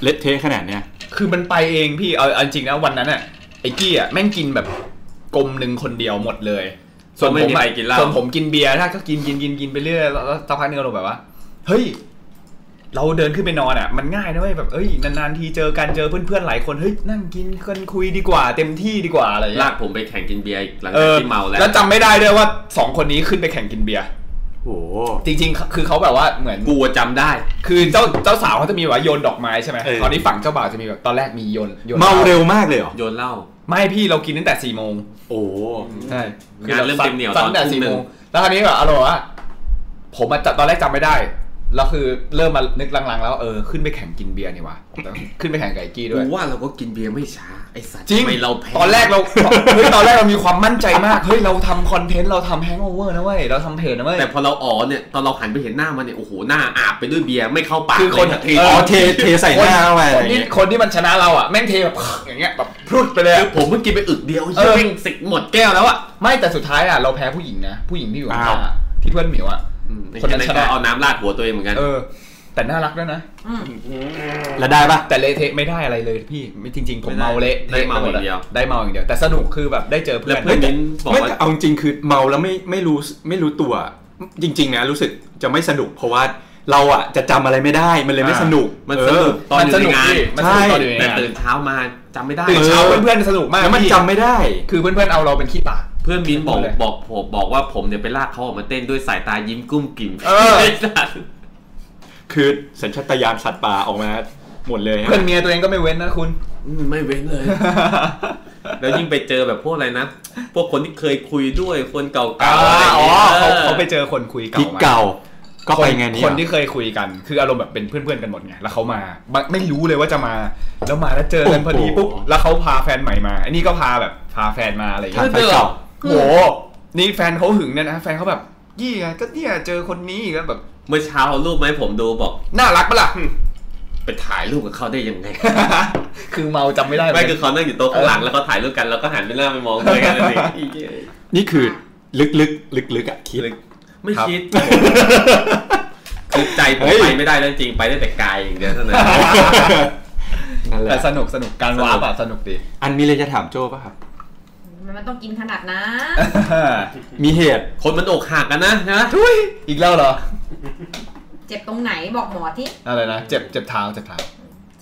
[SPEAKER 1] เละเทะขนาดเนี้ย
[SPEAKER 6] คือมันไปเองพี่เอาเอาจริงนะวันนั้นอ่ะไอ้กี้อ่ะแม่งกินแบบกลมหนึ่งคนเดียวหมดเลย ส่วน
[SPEAKER 3] ไม่
[SPEAKER 6] ผม
[SPEAKER 3] มี
[SPEAKER 6] อะ
[SPEAKER 3] ใครกินเหล้า
[SPEAKER 6] ส่วนผมกินเบียร์ถ้าก็กินกินกินกินไปเรื่อยแล้วแล้วสักพักหนึงก็ลงแบบว่าเฮ้ย เราเดินขึ้นไปนอนอ่ะ มันง่ายนะเว้ยแบบเอ้ยนานๆทีเจอกันเจอเพื่อนๆหลายคนเฮ้ยนั่งกินกันคุยดีกว่า เต็มที่ดีกว่าอะไรอย่างเงี้
[SPEAKER 3] ลาย กผมไปแข่งกินเบียร์อีกหลัง
[SPEAKER 6] เอ
[SPEAKER 3] จาก
[SPEAKER 6] อ
[SPEAKER 3] ที่เมาแล้ว
[SPEAKER 6] แล้วจำไม่ได้ด้วยว่าสองคนนี้ขึ้นไปแข่งกินเบียร์
[SPEAKER 1] โห
[SPEAKER 6] จริงๆ คือเขาแบบว่าเหมือน
[SPEAKER 3] กูจำได้
[SPEAKER 6] คือเจ้าเจ้าสาวเขาจะมีว่าโยนดอกไม้ใช่ไหม
[SPEAKER 1] เออ
[SPEAKER 6] คราวนี้ฝั่งเจ้าบ่าวจะมีแบบตอนแรกมีโยนโยน
[SPEAKER 1] เมาเร็วมากเลยเหรอ
[SPEAKER 3] โยนเหล้า
[SPEAKER 6] ไม่พี่เรากินตั้งแต่สี่โมง
[SPEAKER 1] โอ้
[SPEAKER 6] ใช่
[SPEAKER 3] งานเริ่มเต็มเหนี่ยวตอน
[SPEAKER 6] สั่งแต่
[SPEAKER 3] ทุ่ม
[SPEAKER 6] สี่
[SPEAKER 3] หนึ่
[SPEAKER 6] โม
[SPEAKER 3] ง
[SPEAKER 6] งแล้วคราวนี้แบบอารมณ์ว่าผมอะจะตอนแรกจำไม่ได้แล้วคือเริ่มมานึกหลังๆ แล้วเออขึ้นไปแข่งกินเบียร์นี่วะแล้วขึ้นไปแข่งไก่กี้ด้
[SPEAKER 3] กู
[SPEAKER 6] วย
[SPEAKER 3] ว่าเราก็กินเบียร์ไม่ช้าไอสัตว์
[SPEAKER 6] จริง
[SPEAKER 3] ทำไมเราแพ้
[SPEAKER 6] ตอนแรกเราเฮ้ยตอนแรกเรามีความมั่นใจมากเฮ้ยเราทำคอนเทนต์เราทำแฮงโอเวอร์นะเว้ยเราทำเพจนะเว้ย
[SPEAKER 3] แต่พอเราอ๋อเนี่ยตอนเราหันไปเห็นหน้ามันเนี่ยโอ้โหหน้าอาบไปด้วยเบียร์ไม่เข้าปาก
[SPEAKER 6] คือคน
[SPEAKER 3] เลยสักที
[SPEAKER 1] อ๋อเทเทใส่หน้าเข้าไป
[SPEAKER 6] ค
[SPEAKER 1] อะไร
[SPEAKER 6] น
[SPEAKER 1] อย่าง
[SPEAKER 6] ที่
[SPEAKER 1] เงี้ย
[SPEAKER 6] คนที่มันชนะเราอ่ะแม่งเทแบบ (laughs) อย่างเงี้ยแบบพรุดไปเลย
[SPEAKER 3] คือ
[SPEAKER 6] อะ
[SPEAKER 3] ผมเพิ่งกินไปอึกเดียว
[SPEAKER 6] เออ
[SPEAKER 3] เฮ้ยแม่งสิกหมดแก้วแล้วอ่ะ
[SPEAKER 6] ไม่แต่สุดท้ายอ่ะเราแพ้ผู้หญิงนะผู้หญิงที่อยู่ข้างๆอะที่เพื่อนหมิวอ่ะ คนนั้นชนะ
[SPEAKER 3] ก็เอาน้ำราดหัวตัวเองเหมือนกัน
[SPEAKER 6] เออ แต่น่ารักด้วยนะ
[SPEAKER 4] อืม
[SPEAKER 1] แล้วได้ปะ
[SPEAKER 6] แต่เละเทะไม่ได้อะไรเลยพี่ไม่จริง ๆ ผม
[SPEAKER 1] ไม่ได้
[SPEAKER 6] เมาเละ
[SPEAKER 3] ได้
[SPEAKER 6] ทะ
[SPEAKER 3] เมา
[SPEAKER 6] ปห
[SPEAKER 3] อย่าง
[SPEAKER 6] อะ
[SPEAKER 3] เดียว
[SPEAKER 6] ได้เมาอย่างเดียว แต่สนุกคือแบบได้เจอเพื่
[SPEAKER 3] แล้ว
[SPEAKER 6] อน
[SPEAKER 3] เพื่อนมิ้นบอก
[SPEAKER 1] ไม่
[SPEAKER 3] ว่า
[SPEAKER 1] แต่เอาจริงๆคือเมาแล้วไม่ไม่รู้ไม่รู้ตัว จริง ๆ นะ รู้สึกจะไม่สนุกเพราะว่าเราอ่ะจะจำอะไรไม่ได้มันเลยไม่สนุก
[SPEAKER 3] มัน
[SPEAKER 1] เออ
[SPEAKER 3] สนุกตอน
[SPEAKER 6] มั
[SPEAKER 3] อยู่
[SPEAKER 6] ส
[SPEAKER 3] ใน
[SPEAKER 6] นุก
[SPEAKER 3] งาน
[SPEAKER 6] พี่มันสนุกตอนอยู่ใน
[SPEAKER 3] แต่
[SPEAKER 6] งาน
[SPEAKER 3] ตื่นเช้ามาจำไม่ได้
[SPEAKER 6] ตื่นเช้า
[SPEAKER 1] เออ
[SPEAKER 6] เพื่อนๆสนุกมาก
[SPEAKER 1] แล้วมัน
[SPEAKER 6] พี่
[SPEAKER 1] จำไม่ได้
[SPEAKER 6] คือเพื่อนๆเอาเราเป็นขี้ปาก
[SPEAKER 3] เพื่อนมิ้นบอก
[SPEAKER 6] เลย
[SPEAKER 3] บอกผมบอกว่าผมเนี่ยไปลากเขาออกมาเต้นด้วยสายตายิ้มกุ้มกิ่ม
[SPEAKER 6] เออ
[SPEAKER 3] ไสัตว์
[SPEAKER 1] คือสัญชาตญาณสัตว์ป่าออกมาหมดเลยฮะ
[SPEAKER 6] เพื่อนเมียตัวเองก็ไม่เว้นนะคุณ
[SPEAKER 3] ไม่เว้นเลย
[SPEAKER 6] (laughs)
[SPEAKER 3] แล้วยิ่งไปเจอแบบพวกอะไรนะ พวกคนที่เคยคุยด้วยคนเก่าๆ
[SPEAKER 6] อ่า
[SPEAKER 3] อะไรอย่าง
[SPEAKER 6] อ๋อ
[SPEAKER 3] เงี้ย
[SPEAKER 6] เขา
[SPEAKER 3] ออ
[SPEAKER 6] เขาไปเจอคนคุยเก่า
[SPEAKER 1] พิก
[SPEAKER 6] มา
[SPEAKER 1] เก่า ก็ไปงาน
[SPEAKER 6] คน
[SPEAKER 1] นี้
[SPEAKER 6] คนที่เคยคุยกัน คืออารมณ์แบบเป็นเพื่อนๆกันหมดไงแล้วเขามาไม่ไม่รู้เลยว่าจะมา แล้วมาแล้วเจอกันพอดีปุ๊บแล้วเขาพาแฟนใหม่มาอันนี้ก็พาแบบพาแฟนมาอะไรอย่างเงี้ย
[SPEAKER 1] ทางไปเก่า
[SPEAKER 6] โห นี่แฟนเขาหึงเนี่ยนะแฟนเขาแบบยี่ไงก็เนี่ยเจอคนนี้อีกแล้วแบบ
[SPEAKER 3] เมื่อเช้าเอารูปมาให้ผมดูบอก
[SPEAKER 6] น่ารักปะล่ะ
[SPEAKER 3] ไปถ่ายรูปกับเขาได้ยังไง
[SPEAKER 6] (laughs) คือเมาจำไม่ได้
[SPEAKER 3] ไม่คือเขานั่งอยู่โต๊ะข้างหลังแล้วเขาถ่ายรูปกันแล้วก็หันไปหน้าไปมองเลยกันเลยอีเหี้ย
[SPEAKER 1] นี่คือลึกๆลึกๆอ่ะ
[SPEAKER 3] (laughs)
[SPEAKER 1] คิด
[SPEAKER 3] ไม่คิดคือใจผม
[SPEAKER 1] เฮ้ย
[SPEAKER 3] ไปไม่ได้แล้วจริงไปได้แต่กายอย่างเดียวเท่านั้น
[SPEAKER 1] นั่นแห
[SPEAKER 6] แต่
[SPEAKER 1] ละ
[SPEAKER 6] สนุกสนุกการวาร์ปอะสนุกดี
[SPEAKER 1] อันมีเลยจะถามโจ้ป่ะครับ
[SPEAKER 4] มันต้องกินขนาดนะ
[SPEAKER 1] มีเหตุ
[SPEAKER 3] คนมันอกหักกันนะนะ
[SPEAKER 6] ทุย (laughs) อีกแล้วเหรอ
[SPEAKER 4] เจ็บตรงไหนบอกหมอที่
[SPEAKER 6] อะไรนะ เจ็บเจ็บเท้าเจ็ (laughs) บเท้า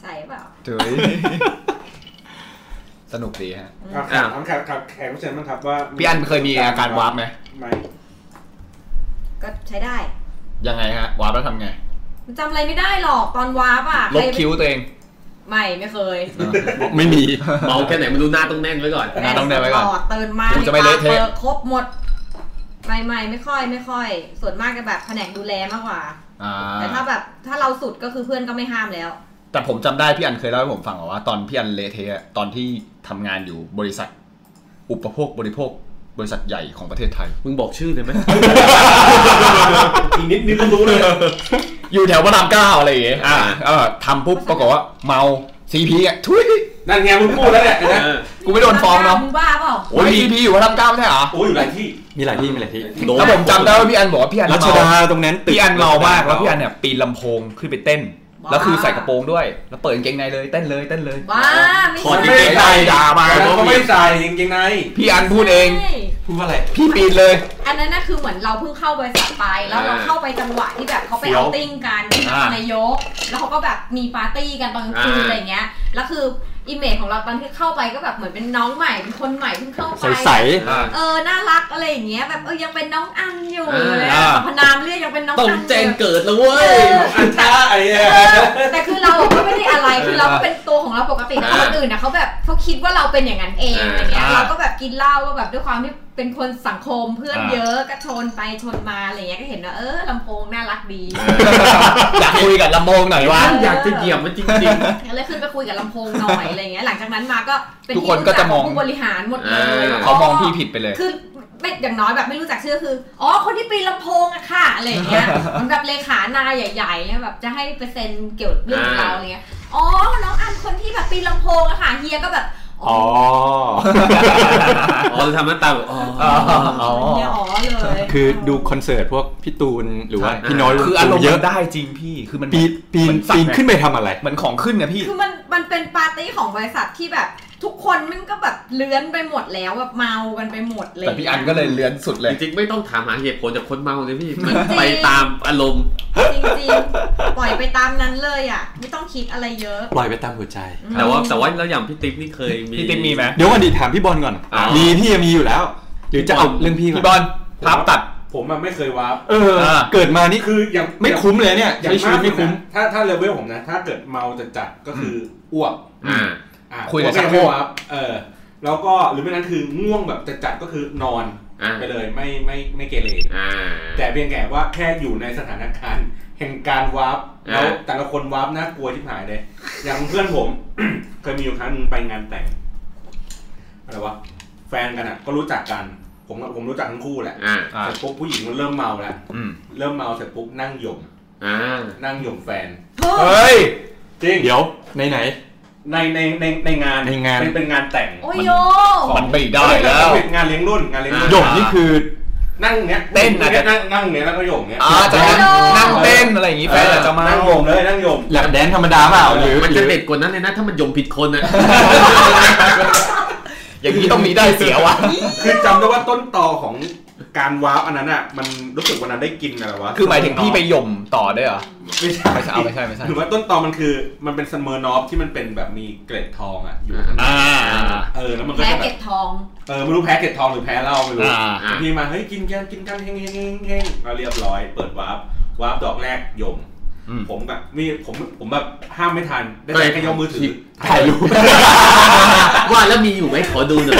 [SPEAKER 4] ใส่เปล่า
[SPEAKER 6] ทุย (laughs) สนุกดีฮะ
[SPEAKER 5] ครับถามแขกครับแขกรับเชิญบ้างครับว่า
[SPEAKER 6] พี่อันเคยมีอาการวาร์ปไหม
[SPEAKER 5] ไม่
[SPEAKER 4] ก็ใช้ได้
[SPEAKER 6] ยังไงฮะ วาร์ปแล้วทำไง
[SPEAKER 4] จำอะไรไม่ได้หรอกตอนว้าป่ะ
[SPEAKER 6] ลบ
[SPEAKER 4] ใรไป
[SPEAKER 6] คิ้วตัวเอง
[SPEAKER 4] ไม่ไม่เคย
[SPEAKER 1] ไม่มี
[SPEAKER 3] เมาแค่ไหนมันดูหน้าต้องแน่นไว้ก่อน
[SPEAKER 6] หน้าต้องเดินไว้ก่อน
[SPEAKER 4] แม่สปร์ตตื่นมา
[SPEAKER 6] กูจะไม่เละเทะ
[SPEAKER 4] ปิดครบหมด ไม่ไม่ไม่ค่อยไม่ค่อย ส่วนมากจะแบบแผนกดูแลมากกว่า
[SPEAKER 6] อ่า
[SPEAKER 4] แต่ถ้าแบบถ้าเราสุดก็คือเพื่อนก็ไม่ห้ามแล้ว
[SPEAKER 6] แต่ผมจำได้พี่อันเคยเล่าให้ผมฟังว่าตอนพี่อันเละเทะตอนที่ทำงานอยู่บริษัท อุปโภคบริโภค บริษัทใหญ่ของประเทศไทย
[SPEAKER 3] มึงบอกชื่อเลยไหม
[SPEAKER 5] อีกนิดนึงก็รู้เลย
[SPEAKER 6] อยู่แถวพระรามเก้าอะไรอย่างเงี้ยอ่าเออทำปุ๊บปรากฏว่าเมาซีพีอ่ะทุย
[SPEAKER 5] นั่นไงมึงพูดแล้วแหละเห็นไหม
[SPEAKER 6] กูไม่โดนฟ้องเนาะ
[SPEAKER 4] มึงบ้าเปล่า
[SPEAKER 6] โอ้ยซีพีอยู่พระรามเก้าไม่ใช่เหรอ
[SPEAKER 5] โอ้ยอยู่หลายที่
[SPEAKER 1] มีหลายที่มีหลายที่
[SPEAKER 3] โดน
[SPEAKER 6] แล้วผมจำได้ว่าพี่อันบอกว่าพี่อัน
[SPEAKER 1] รัช
[SPEAKER 6] เมา
[SPEAKER 1] ดาตรงนั้นตึก
[SPEAKER 6] พี่อันเมามากแล้วพี่อันเนี่ยปีนลำโพงขึ้นไปเต้น
[SPEAKER 4] บ้า
[SPEAKER 6] แล้วคือใส่กระโปรงด้วย แล้วเปิดกางเกงในเลยเต้นเลยเต้นเลย
[SPEAKER 4] บ้าไม่
[SPEAKER 3] ถอดกาง
[SPEAKER 5] ไม่
[SPEAKER 3] เกง
[SPEAKER 5] ใส่
[SPEAKER 3] ใน
[SPEAKER 6] ด่ามา
[SPEAKER 5] แต่
[SPEAKER 6] แล้ว
[SPEAKER 5] เขาไม่ใส่จริงๆใน
[SPEAKER 6] พี่อันพูดเอง
[SPEAKER 4] ใช่
[SPEAKER 5] พูดว่าอะไร
[SPEAKER 6] พี่ปีนเลย
[SPEAKER 4] อันนั้นน่ะคือเหมือนเราเพิ่งเข้าบริษัทไป แล้วเรา
[SPEAKER 3] อ่า
[SPEAKER 4] เข้าไปจังหวะที่แบบเขาไป
[SPEAKER 3] เดี๋ยว
[SPEAKER 4] เอาติ้งกัน
[SPEAKER 6] อ่าน
[SPEAKER 4] ายก แล้วเขาก็แบบมีปาร์ตี้กันตอนกลางคืน
[SPEAKER 3] อ่า
[SPEAKER 4] อะไรเงี้ย แล้วคืออิมเมจของเราตอนที่เข้าไปก็แบบเหมือนเป็นน้องใหม่เป็นคนใหม่เพิ่งเข้าไป
[SPEAKER 1] ใสใส
[SPEAKER 3] อ่า
[SPEAKER 4] เออ น่ารักอะไรอย่างเงี้ย แบบเออยังเป็นน้องอันอยู่
[SPEAKER 3] อ่า
[SPEAKER 4] เลยอะแบบพนามเรียกยังเป็นน้อง
[SPEAKER 3] ต้อง
[SPEAKER 4] อันอยู่
[SPEAKER 3] แจ้งเกิดแล้วเว้ย
[SPEAKER 5] อันช้าไอ้เหี้ย
[SPEAKER 4] แต่คือเราก็ไม่ได้
[SPEAKER 6] (laughs)
[SPEAKER 4] อะไร คือเราก็เป็นตัวของเราปกติแต่คนอื่นนะเขาแบบเขาคิดว่าเราเป็นอย่างนั้นเอง
[SPEAKER 3] อ่า
[SPEAKER 4] อะไรเงี้ย
[SPEAKER 6] อ่า
[SPEAKER 4] เราก็แบบกินเหล้าก็แบบด้วยความที่เป็นคนสังคมเพื่อนเยอะก็ชนไปชนมาอะไรเงี้ยก็เห็นว่าเออลำโพงน่ารักดี
[SPEAKER 6] อยากคุยกับลำโพงหน่อยวะ
[SPEAKER 3] อยากจะเหยียบมันจริง
[SPEAKER 4] ก็เลยขึ้นไปคุย ยกับลำโพงหน่อยอะไรเงี้ยหลังจากนั้นมาก็เป็น
[SPEAKER 6] ทุกคนก็จะมอง
[SPEAKER 4] ผู้บริหารหมดเลย
[SPEAKER 3] เออ
[SPEAKER 6] เขามองพี่ผิดไปเลย
[SPEAKER 4] คือไม่อย่างน้อยแบบไม่รู้จักชื่อคืออ๋อคนที่ปีนลำโพงอะค่ะอะไรเงี้ยเหมันแบบเลขานายใหญ่ๆเนี่ยแบบจะให้เปอร์เซ็นต์เกี่ยวเรื่องของเราอะไรเงี้ยอ๋อน้องอันคนที่แบบปีนลำโพงอะค่ะเฮียก็แบบ
[SPEAKER 1] อ๋อ
[SPEAKER 3] อ๋อทำหน้าตาแบบอ๋ออ
[SPEAKER 4] อ๋อเฮียอ๋อเลย
[SPEAKER 1] คือดูคอนเสิร์ตพวกพี่ตูนหรือว่า
[SPEAKER 3] ใช่
[SPEAKER 1] พี่โน้อย
[SPEAKER 6] คืออารมณ์
[SPEAKER 1] เย
[SPEAKER 6] มั
[SPEAKER 1] อะ
[SPEAKER 6] นได้จริงพี่ คือมัน
[SPEAKER 1] ปีนปีน
[SPEAKER 6] มัสัต
[SPEAKER 1] ปี
[SPEAKER 6] ว์
[SPEAKER 1] น
[SPEAKER 6] ไง
[SPEAKER 1] ขึ้นไปทำอะไร
[SPEAKER 6] เหมือนของขึ้นนะพี่
[SPEAKER 4] คือมันมันเป็นปาร์ตี้ของบริษัทที่แบบทุกคนมันก็แบบเลื้อนไปหมดแล้วแบบเมากันไปหมดเลย
[SPEAKER 6] แต่พี่อันก็เลยเลื้อนสุดเลย
[SPEAKER 3] จริงๆไม่ต้องถามหาเหตุผลจากคนเมาเลยพี่มันไปตามอารมณ์
[SPEAKER 4] จริงๆ ปล่อยไปตามนั้นเลยอ่ะ ไม่ต้องคิดอะไรเยอะ
[SPEAKER 1] ปล่อยไปตามหัวใจ
[SPEAKER 3] แต่ว่าแต่ว่าแล้วอย่างพี่ติ๊กนี่เคยมี
[SPEAKER 6] พี่ติ๊มมีไหม
[SPEAKER 1] เดี๋ยววันดีถามพี่บอลก่อน
[SPEAKER 3] อ๋อ
[SPEAKER 1] มีพี่มีอยู่แล้ว หรือจะเอาเรื่องพี่ก่
[SPEAKER 6] พี่
[SPEAKER 1] อน
[SPEAKER 6] บอลภาพตัด
[SPEAKER 5] ผมอะไม่เคยวาร์ป
[SPEAKER 1] เออ
[SPEAKER 6] อ่า
[SPEAKER 1] เกิดมานี่คือ
[SPEAKER 5] คืออย่าง
[SPEAKER 1] ไม่คุ้มเลยเนี่ย
[SPEAKER 5] อย่าง
[SPEAKER 1] ใช้ชีวิตไม่คุ้ม
[SPEAKER 5] ากเลยนะถ้าถ้าเลเวลผมนะ ถ้าเกิดเมาจัดจัดๆก็คืออ้วก
[SPEAKER 3] อ่า
[SPEAKER 5] อ่ะ
[SPEAKER 6] คุยกับ
[SPEAKER 5] อ้วไม่
[SPEAKER 6] ชักโคร
[SPEAKER 5] ใช่
[SPEAKER 6] ก
[SPEAKER 5] วาร์ปเออ แล้วก็หรือไม่นั้นคือง่วงแบบจัดจัดๆก็คือนอน
[SPEAKER 3] อ่า
[SPEAKER 5] ไปเลยไม่ไม่ไม่เกเร
[SPEAKER 3] อ่า
[SPEAKER 5] แต่เพียงแค่ว่าแค่อยู่ในสถานการณ์แห่งการวาร์ป
[SPEAKER 3] อ่า
[SPEAKER 5] แล้วแต่ละคนวาร์ปน่ากลัวที่หายเลย อย่างเพื่อนผม (coughs) เคยมีอยู่ครั้งหนึงไปงานแต่งอะไรวะแฟนกันอ่ะ ก็รู้จักกัน ผมกับผมรู้จักทั้งคู่แหละ
[SPEAKER 3] อ่า
[SPEAKER 5] เสร็จปุ๊บผู้หญิงมันเริ่มเมาแล้ว
[SPEAKER 6] อืม
[SPEAKER 5] เริ่มเมาเสร็จปุ๊บนั่งหย่ม
[SPEAKER 3] อ่า
[SPEAKER 5] นั่งหย่มแฟน
[SPEAKER 6] เฮ้ย
[SPEAKER 5] จริง
[SPEAKER 1] เดี๋ยวไหนไหน
[SPEAKER 5] ในในในในงาน
[SPEAKER 1] ในงาน
[SPEAKER 5] เป็เป็นงานแต่ง
[SPEAKER 4] โอ้ยโย
[SPEAKER 6] มันไม่ได้แล้ว
[SPEAKER 5] เป็นงานเลี้ยงรุ่นงานเลี้ยงรุ่น
[SPEAKER 1] หยกนี่คือ
[SPEAKER 5] นั่งอย่างเงี้ย
[SPEAKER 6] เต้นอาจจะ
[SPEAKER 5] นั่งนั่งอย่างเงี้ยแล้วก็หย่มเงี้ย
[SPEAKER 6] อ่าจะนั่งนั่งเต้นอะไรอย่างงี้แฟนอาจจะมา
[SPEAKER 5] นั่งหย่มเลยนั่งหย่ม
[SPEAKER 1] หลับแดนธรรมดาเปล่าหรือ
[SPEAKER 3] มัน
[SPEAKER 1] หรื
[SPEAKER 3] จะ
[SPEAKER 1] อ
[SPEAKER 3] เด็ดกว่านั้นเลยนะถ้ามันยมผิดคนอ่ะ
[SPEAKER 6] อย่างนี้ต้องมีได้เสียวะ
[SPEAKER 5] คือจำได้ว่าต้นตอของการว้าวอันนั้นอ่ะ มันรู้สึกวันนั้นได้กินอะไรวะ
[SPEAKER 6] คือหมายถึงพี่ไปย่มต่อด้วยเหรอ
[SPEAKER 5] ไม่ใช่
[SPEAKER 6] ไม่ใช่เอาไม่ใช่ไม่ใช่
[SPEAKER 5] หรือว่าต้นตอมันคือมันเป็นสเมอร์นอฟที่มันเป็นแบบมีเกล็ดทองอ่ะอยู่ข้างใน
[SPEAKER 6] อ่า
[SPEAKER 5] เออแล้วมันก็
[SPEAKER 4] แพ้
[SPEAKER 5] จะแบ
[SPEAKER 4] เก็
[SPEAKER 5] บบ
[SPEAKER 4] ทอง
[SPEAKER 5] เออไม่รู้แพ้เกล็ดทองหรือแพ้เหล้าไม่รู้
[SPEAKER 6] อ่า
[SPEAKER 5] แต่พี่มาเฮ้ยกินกันกินกันเฮงเฮงเฮงเฮงเราเรียบร้อย เปิดวาร์ปวาร์ปดอกแรกยม
[SPEAKER 6] อืม
[SPEAKER 5] ผมแบบนี่ผมผมแบบห้ามไม่ทันได้
[SPEAKER 3] ก็เลย
[SPEAKER 5] แค่ยกมือถือ
[SPEAKER 1] ถ่ายรูป
[SPEAKER 3] ว่าแล้วมีอยู่ไหมขอดูหน่อย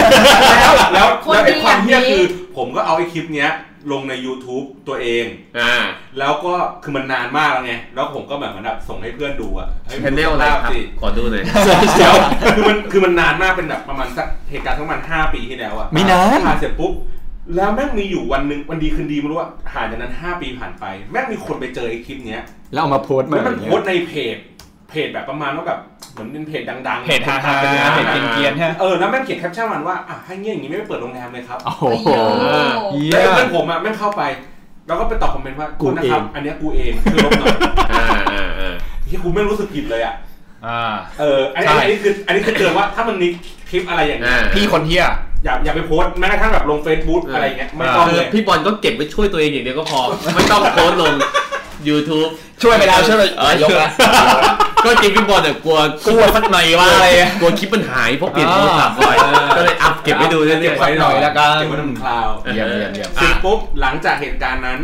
[SPEAKER 5] แล้วแล้ว
[SPEAKER 4] คน
[SPEAKER 5] แล้ว
[SPEAKER 4] ดี
[SPEAKER 5] ไอ้ความเฮี้ย
[SPEAKER 4] อย่างนี้
[SPEAKER 5] คือ ผมก็เอาไอ้คลิปเนี้ยลงใน YouTube ตัวเอง
[SPEAKER 3] อ่า
[SPEAKER 5] แล้วก็คือมันนานมากแล้วไง แล้วผมก็แบบเหมือนแบบส่งให้เพื่อนดูอะฮ้ย
[SPEAKER 3] แพนเนลอะไรครับ
[SPEAKER 5] สิ
[SPEAKER 3] ขอดูหน่อย
[SPEAKER 5] เดี๋ยวคือมันคือมันนานมากเป็นแบบประมาณสักเหตุการณ์ทั้งมันห้าปีที่แล้วอะ
[SPEAKER 1] ไม่นาน
[SPEAKER 5] ผ่านเสร็จปุ๊บ แล้วแม่งมีอยู่วันหนึ่งวันดีคืนดีไม่รู้ว่าผ่านจากนั้นห้าปีผ่านไป แม่งมีคนไปเจอไอ้คลิปเนี้ย
[SPEAKER 1] แล้วเอามาโพสต์มา
[SPEAKER 5] แล้วมัน
[SPEAKER 1] อย่าง
[SPEAKER 5] โพ
[SPEAKER 1] เงี้ย
[SPEAKER 5] สต์ในเพจ เพจแบบประมาณว่าแบบเหมือนเป็นเพจดังๆ
[SPEAKER 6] เพจฮาฮา
[SPEAKER 5] ป็นร้าน
[SPEAKER 6] เพจ
[SPEAKER 5] อะ
[SPEAKER 6] เกรียนเกรียนฮะ
[SPEAKER 5] เออแล้วแม่งเขียนแคปชั่นมันว่าอ่ะให้เงี้ยอย่างนี้ไม่ไปเปิดโรงแรมเลยครับ
[SPEAKER 1] โอ้โห
[SPEAKER 4] โอ้ยโย
[SPEAKER 6] เยี่
[SPEAKER 5] แล้
[SPEAKER 6] ยว ม
[SPEAKER 5] เพื่อนผมอ่ะแม่งเข้าไป แล้วก็ไปตอบคอมเมนต์ว่า
[SPEAKER 1] กู
[SPEAKER 5] โทษนะครับ
[SPEAKER 1] เอง
[SPEAKER 5] อันเนี้ยกูเองคือลบหน่อย
[SPEAKER 3] อ่าอ่าอ่า
[SPEAKER 5] ที่กูไม่รู้สึกผิดเลยอ่ะ
[SPEAKER 6] อ่า
[SPEAKER 5] เอออันนี้
[SPEAKER 6] ใช่
[SPEAKER 5] อันนี้คืออันนี้คือเตือนว่าถ้ามันมีคลิปอะไรอย่างเงี้
[SPEAKER 3] อ่าย
[SPEAKER 6] พี่คนเที่ย
[SPEAKER 5] อย่าอย่าไปโพสต์แม้กระทั่งแบบลงเฟซบุ๊กอะไรอย่างเงี้ยไม่ต้อง
[SPEAKER 3] คือ
[SPEAKER 5] เลย
[SPEAKER 3] พี่บอลก็เก็บไว้ช่วยตัวเองอย่างเดียวก็พอ ไม่ต้องโพสต์ลง YouTube
[SPEAKER 6] ช่วยไปแล้วช่วยไป
[SPEAKER 3] เออยกละก็จริงพี่บอลเนี่ยกลัว
[SPEAKER 6] กลัวสักหน่อยว่าอะไร
[SPEAKER 3] กลัวคลิปมันหายเพราะเปลี่ยนโทรศัพท์บ่อย
[SPEAKER 6] อ่า
[SPEAKER 3] ก็เลยอัพเก็บไว้ดูเรื่อย
[SPEAKER 5] เก็บไว้หน่อย
[SPEAKER 6] ละกัน
[SPEAKER 5] เก็บไว้ในคลาวด์
[SPEAKER 3] ๆ
[SPEAKER 6] เยี่ยมเยี่ยมเยี่ยม
[SPEAKER 5] เสร็จปุ๊บหลังจากเหตุการณ์นั้น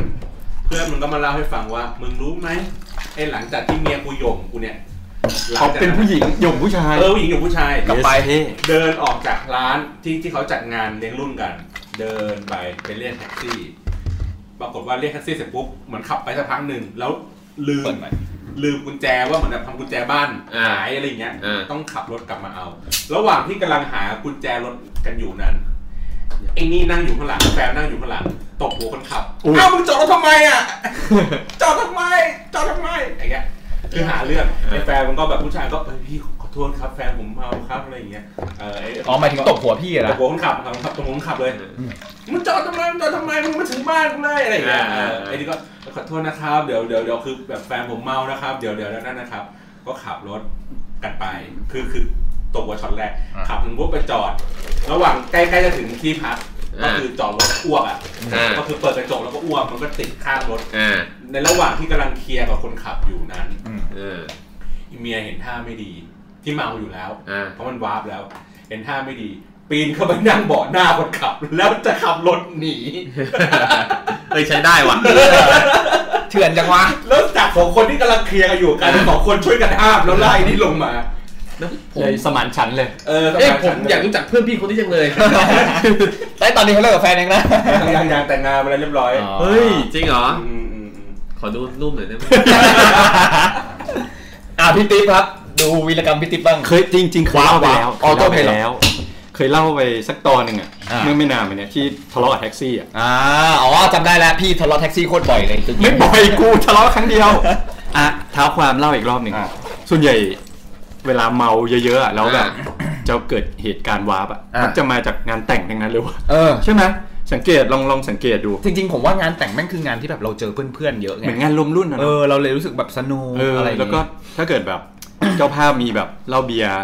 [SPEAKER 5] เพื่อนมันก็มาเล่าให้ฟังว่า มึงรู้ไหมไอ้หลังจากที่เมียกูหย่มกูเนี่ยหลั
[SPEAKER 1] เขา
[SPEAKER 5] งจาก
[SPEAKER 1] เป็นผู้หญิงหยงผู้ชาย
[SPEAKER 5] เออผู้หญิงกับผู้ชาย
[SPEAKER 1] กลับไป
[SPEAKER 5] เดินออกจากร้านที่ที่เขาจัดงานเลี้ยงรุ่นกัน เดินไปไปเรียกแท็กซี่ ปรากฏว่าเรียกแท็กซี่เสร็จปุ๊บเหมือนขับไปสักพักหนึ่งแล้วลืม
[SPEAKER 6] เปิดใหม่
[SPEAKER 5] ลืมกุญแจว่าเหมือนแบบทำกุญแจบ้าน
[SPEAKER 3] อ่า
[SPEAKER 5] หายอะไรอย่างเงี้ย
[SPEAKER 3] อ่า
[SPEAKER 5] ต้องขับรถกลับมาเอา ระหว่างที่กำลังหากุญแจรถกันอยู่นั้นไอ้นี่นั่งอยู่ข้างหลังแฟนนั่งอยู่ข้างหลังตบหัวคนขับ
[SPEAKER 1] อุ๊ย
[SPEAKER 5] อ้าวมึงจอดรถทำไมอ่ะ จอดทำไมจอดทำไมอย่างเงี้ยคือหาเรื่องไอ้แฟนมันก็แบบผู้ชายก็เอ้ยพี่ขอโทษครับแฟนผมเมาครับอะไรอย่างเงี้ยเออไอ้
[SPEAKER 6] อ๋อหมายถึงตบหัวพี่เหร
[SPEAKER 5] ต
[SPEAKER 6] อบ
[SPEAKER 5] หัวคนขับครับตบหัวคนขับเลยมึงจอดทำไมมึงจอดทำไมมึงมาถึงบ้านกูเลยอะไรอย่างเงี้ย
[SPEAKER 3] อ่า
[SPEAKER 5] เออไอ้นี่ก็ขอโทษนะครับเดี๋ยวเดี๋ยวเดี๋ยวคือแบบแฟนผมเมานะครับ เดี๋ยวเดี๋ยวนั่นนะครับ ก็ขับรถกันไป คือคือตบหัวช็อตแรกขับถึงปุ๊บไปจอด ระหว่างใกล้ๆจะถึงที่พักก็คือจอดรถอ้วกอ่ะ
[SPEAKER 3] อ่า
[SPEAKER 5] ก็คือเปิดกระจกแล้วก็อ้วกมันก็ติดข้างรถ
[SPEAKER 3] อ่า
[SPEAKER 5] ในระหว่างที่กำลังเคลียร์กับคนขับอยู่นั้น
[SPEAKER 3] เออ
[SPEAKER 5] อีเมียเห็นท่าไม่ดี ที่เมาอยู่แล้ว
[SPEAKER 3] อ่า
[SPEAKER 5] เพราะมันวาร์ปแล้ว เห็นท่าไม่ดี ปีนเข้าไปนั่งเบาะหน้าคนขับ แล้วจะขับรถหนี
[SPEAKER 3] เอ้ยใช้ได้ว่ะ
[SPEAKER 6] เถื่อนจังวะ
[SPEAKER 5] แล้วจากสองคนที่กำลังเคลียร์กันอยู่กลายเป็นสองคนช่วยกันห้ามแล้วไล่นี่ลงมา
[SPEAKER 1] เลยสมานฉันท์เลย
[SPEAKER 5] เออ
[SPEAKER 3] เอ้ยผมอยากรู้จักเพื่อนพี่คนนี้จังเลย
[SPEAKER 6] แต่ตอนนี้เขาเลิกกับแฟนเองนะ
[SPEAKER 5] ยังยังแต่งงานไปแล้วเรียบร้อย
[SPEAKER 6] อ๋อ
[SPEAKER 3] เฮ้ย จริงเหรอ
[SPEAKER 5] มอืมอืม
[SPEAKER 3] ขอดูรูปหน่อยได้ไหม
[SPEAKER 6] อ่าพี่ติ๊กครับ ดูวีรกรรมพิติบบ้าง
[SPEAKER 1] เคยจริงๆเคยเล่าไปแล้ว
[SPEAKER 6] ว้าวว้า
[SPEAKER 1] เคยเล่าไป
[SPEAKER 6] วออโต้เพลย์เหรอ
[SPEAKER 1] แล้ว เคยเล่าไปสักตอนหนึ่งอ่ะ
[SPEAKER 6] อ่า
[SPEAKER 1] เมื่อไม่นานมาเนี้ยที่ทะเลาะกับแท็กซี่อ่ะ
[SPEAKER 6] อ่าอ๋อจำได้แล้วพี่ทะเลาะแท็กซี่โคตรบ่อยเลยจน
[SPEAKER 1] ไม่บ่อยกูทะเลาะครั้งเดียวอ่ะเท้าความเล่าอีกรอบหนึ่ง
[SPEAKER 6] อ่า
[SPEAKER 1] ส่วนใหญ่เวลาเมาเยอะๆอะแล้วแบบ
[SPEAKER 3] อ่า
[SPEAKER 1] จะเกิดเหตุการณ์วาร์ปอ่ะ
[SPEAKER 6] อ่ามั
[SPEAKER 1] มักจะมาจากงานแต่งทั้งนั้นเลยว่ะ
[SPEAKER 6] เออ
[SPEAKER 1] ใช่ไหมสังเกตลองลองสังเกตดู
[SPEAKER 6] จริงๆ ผมว่างานแต่งแม่งคืองานที่แบบเราเจอเพื่อนๆ เยอะไง
[SPEAKER 1] เหมือนงานรวมรุ่นอะ
[SPEAKER 6] เอ
[SPEAKER 1] เนาะ
[SPEAKER 6] อ เราเลยรู้สึกแบบสนุก
[SPEAKER 1] เออ
[SPEAKER 6] อะไรอย่าง
[SPEAKER 1] แล้วก็
[SPEAKER 6] งี้
[SPEAKER 1] ถ้าเกิดแบบ (coughs) เจ้าภาพมีแบบเหล้าเบียร์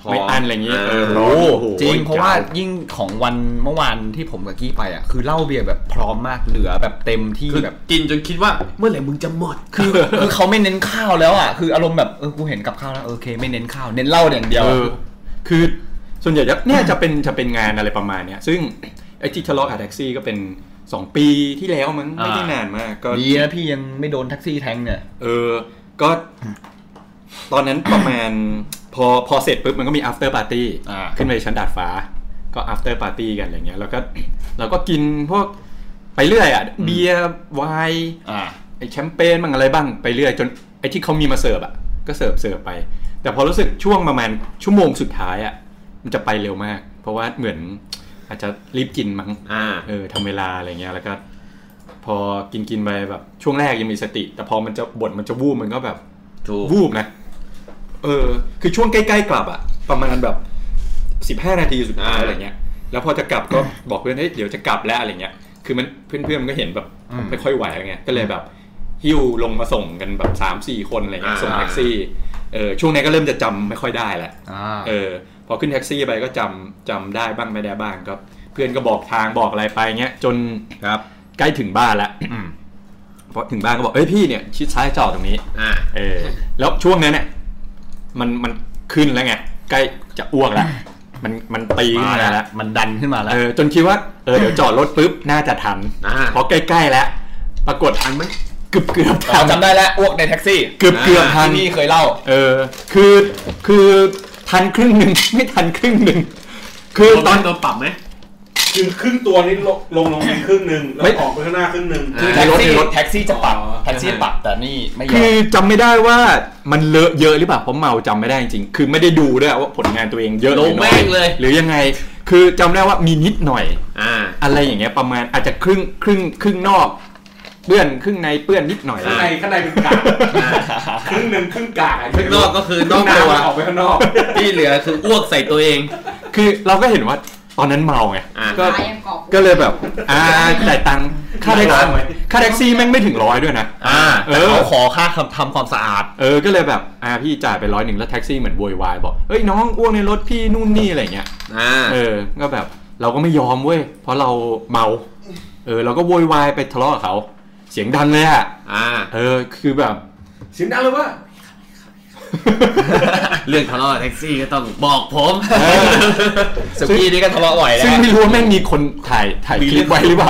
[SPEAKER 6] พอ
[SPEAKER 1] ไม่อันอะไรอย่างงี้เออ
[SPEAKER 6] โอ้
[SPEAKER 1] ร้อน
[SPEAKER 6] โหจริง เพราะว่ายิ่งของวันเมื่อวานที่ผมกับกี้ไปอ่ะ คือเหล้าเบียร์แบบพร้อมมากเหลือแบบเต็มที่
[SPEAKER 3] คือ
[SPEAKER 6] แบบ
[SPEAKER 3] กินจนคิดว่าเมื่อไหร่มึงจะหมด
[SPEAKER 6] คือคือเขาไม่เน้นข้าวแล้วอ่ะ คืออารมณ์แบบเออ กูเห็นกับข้าวแล้วโอเค ไม่เน้นข้าว เน้นเหล้าอย่างเดียว
[SPEAKER 1] เออคือส่วนใหญ่จะเนี่ยจะเป็นจะเป็นงานอะไรประมาณเนี้ยซึ่งไอ้ที่ทะเลาะกับแท็กซี่ก็เป็น 2 ปีที่แล้วมั้ง
[SPEAKER 6] อ่า
[SPEAKER 1] ไม่ได้นานมากก็
[SPEAKER 6] ดีนะพี่ยังไม่โดนแท็กซี่แทงเนี่ย
[SPEAKER 1] เออก็ ตอนนั้นประมาณ พอพอเสร็จปุ๊บมันก็มี after party
[SPEAKER 6] อ่า
[SPEAKER 1] ขึ้นไปชั้นดาดฟ้า ก็ after party กันอะไรเงี้ยแล้วก็เราก็กินพวกไปเรื่อยอ่ะเบียร์ไวน์
[SPEAKER 6] อ่า
[SPEAKER 1] ไอแชมเปญบ้างอะไรบ้างไปเรื่อยจนไอที่เขามีมาเสิร์ฟอ่ะก็เสิร์ฟเสิร์ฟไป แต่พอรู้สึกช่วงประมาณชั่วโมงสุดท้ายอ่ะมันจะไปเร็วมาก เพราะว่าเหมือนอาจจะรีบกินมั้ง
[SPEAKER 3] อ่า
[SPEAKER 1] เออทำเวลาอะไรเงี้ยแล้วก็ พอกินกินไปแบบช่วงแรกยังมีสติ แต่พอมันจะบทมันจะวูบมันก็แบบ
[SPEAKER 3] ถูก
[SPEAKER 1] วูบนะเออ คือช่วงใกล้ๆกลับอ่ะ ประมาณแบบสิบห้านาทีสุดท้าย
[SPEAKER 3] อ่า
[SPEAKER 1] อะไรเงี้ย แล้วพอจะกลับก็ บอกเพื่อนเฮ้ยเดี๋ยวจะกลับแล้วอะไรเงี้ย คือมันเพื่อนๆมันก็เห็นแบบ
[SPEAKER 6] อืม
[SPEAKER 1] ไม่ค่อยไหวอะไรเงี้ยก็เลยแบบ หิ้วลงมาส่งกันแบบสามสี่คนอะไรเงี้ย
[SPEAKER 3] อ่า
[SPEAKER 1] ส่งแท็กซี่เออช่วงนี้นก็เริ่มจะจำไม่ค่อยได้แหละ
[SPEAKER 6] อ่า
[SPEAKER 1] เออ พอขึ้นแท็กซี่ไปก็จำจำได้บ้างไม่ได้บ้างก็เพื่อนก็บอกทางบอกอะไรไปเงี้ยจน
[SPEAKER 6] ครับ
[SPEAKER 1] ใกล้ถึงบ้านละ
[SPEAKER 6] อืม
[SPEAKER 1] พอถึงบ้านก็บอกเอ้ยพี่เนี่ยชิดซ้ายจอดตรงนี้
[SPEAKER 3] อ่า
[SPEAKER 1] เออแล้วช่วงนั้นเนี่ยมันมันขึ้นแล้วไงใกล้จะอ้วกแล้วมันมันตีขึ้น
[SPEAKER 6] มา
[SPEAKER 1] มา
[SPEAKER 6] แล้
[SPEAKER 1] แล้ว ว
[SPEAKER 6] มันดันขึ้นมาแล้ว
[SPEAKER 1] เออจนคิดว่าเออเดี๋ยวจอดรถปุ๊บ น่าจะทัน
[SPEAKER 3] อ่า
[SPEAKER 1] เพราะใกล้ๆแล้ว ปรากฏทันไหมเกือบเกือบๆ
[SPEAKER 6] อ๋
[SPEAKER 1] ทั
[SPEAKER 6] อน จำได้แล้วอ้วกในแท็กซี่
[SPEAKER 1] เกือบเกือบๆทัน
[SPEAKER 6] ที่นี่เคยเล่า
[SPEAKER 1] เออคือคือทันครึ่งหนึ่ง (laughs) ไม่ทันครึ่งหนึ่งคือ
[SPEAKER 3] ต
[SPEAKER 1] ต
[SPEAKER 3] อ
[SPEAKER 1] อน น
[SPEAKER 3] โดนปรับไหม
[SPEAKER 5] คือครึ่งตัวนี้ลงลงลงไปครึ่งหนึ่งแล้ว
[SPEAKER 1] ไม่
[SPEAKER 5] ออกไปข้างหน้าครึ่งหนึ่ง
[SPEAKER 3] อ่า
[SPEAKER 6] แท็กซี่รถแท็กซี่จะปรับ
[SPEAKER 5] อ๋อ
[SPEAKER 6] แท็กซี่ปรับแต่นี่ไม่ยอ
[SPEAKER 1] คื
[SPEAKER 6] ม
[SPEAKER 1] อจำไม่ได้ว่ามันเลอะเยอะหรือเปล่าเพราะเมาจำไม่ได้จริงๆคือไม่ได้ดูด้วยว่าผลงานตัวเองเยอะหรือน้อ
[SPEAKER 3] ลงแม่งเลย
[SPEAKER 1] หรือยังไง คือจำได้ว่ามีนิดหน่อย
[SPEAKER 3] อ่า
[SPEAKER 1] อะไรอย่างเงี้ยประมาณอาจจะครึ่งครึ่งครึ่งนอกเปื้อนครึ่งในเปื้อนนิดหน่อย
[SPEAKER 5] ข้างในข้างในเป็นกากครึ่งหนึ่งครึ่งกากะ
[SPEAKER 3] ข้างนอกก็คือนอก
[SPEAKER 5] ข้างห
[SPEAKER 3] ตัว
[SPEAKER 5] น้าออกไปข้างนอก
[SPEAKER 3] ที่เหลือคืออ้วกใส่ตัวเอง
[SPEAKER 1] คือเราก็เห็นว่าตอนนั้นเมาไง
[SPEAKER 3] อ่า
[SPEAKER 1] ก็
[SPEAKER 4] ตายยังกอบ
[SPEAKER 1] ก็เลยแบบ อ่าจ่ายตังค์ค่าแท็ก
[SPEAKER 5] ร้อย
[SPEAKER 1] ซี่
[SPEAKER 5] ไหม
[SPEAKER 1] ค่าแท็กซี่แม่งไม่ถึงร้อยด้วยนะ
[SPEAKER 3] อ่า
[SPEAKER 1] เอ
[SPEAKER 6] แต่
[SPEAKER 1] อ
[SPEAKER 6] เขาขอค่าทำความสะอาด
[SPEAKER 1] เออ ก็เลยแบบ อ่า พี่จ่ายไปร้อยหนึ่งแล้วแท็กซี่เหมือนโวยวายบอก เฮ้ยน้องอ้วกในรถพี่นู่นนี่อะไรเงี้ย
[SPEAKER 3] อ่า
[SPEAKER 1] เออ ก็แบบเราก็ไม่ยอมเว้ย เพราะเราเมา เออ เราก็โวยวายไปทะเลาะกับเขา เสียงดังเลยอะ
[SPEAKER 3] อ่า
[SPEAKER 1] เออ คือแบบ
[SPEAKER 5] เสียงดังเลยว่า
[SPEAKER 3] เรื่องทะเลาะกับแท็กซี่ก็ต้องบอกผม
[SPEAKER 6] สุกี้นี่ก็ทะเลาะบ่อยแล้
[SPEAKER 1] ซึ่ง
[SPEAKER 6] ว
[SPEAKER 1] ไม่รู้ว่าแม่งมีคนถ่ายถ่าย
[SPEAKER 3] มี
[SPEAKER 1] คลิ
[SPEAKER 3] เรื่อ
[SPEAKER 1] ป
[SPEAKER 3] ง
[SPEAKER 1] ไว้หรือเปล่า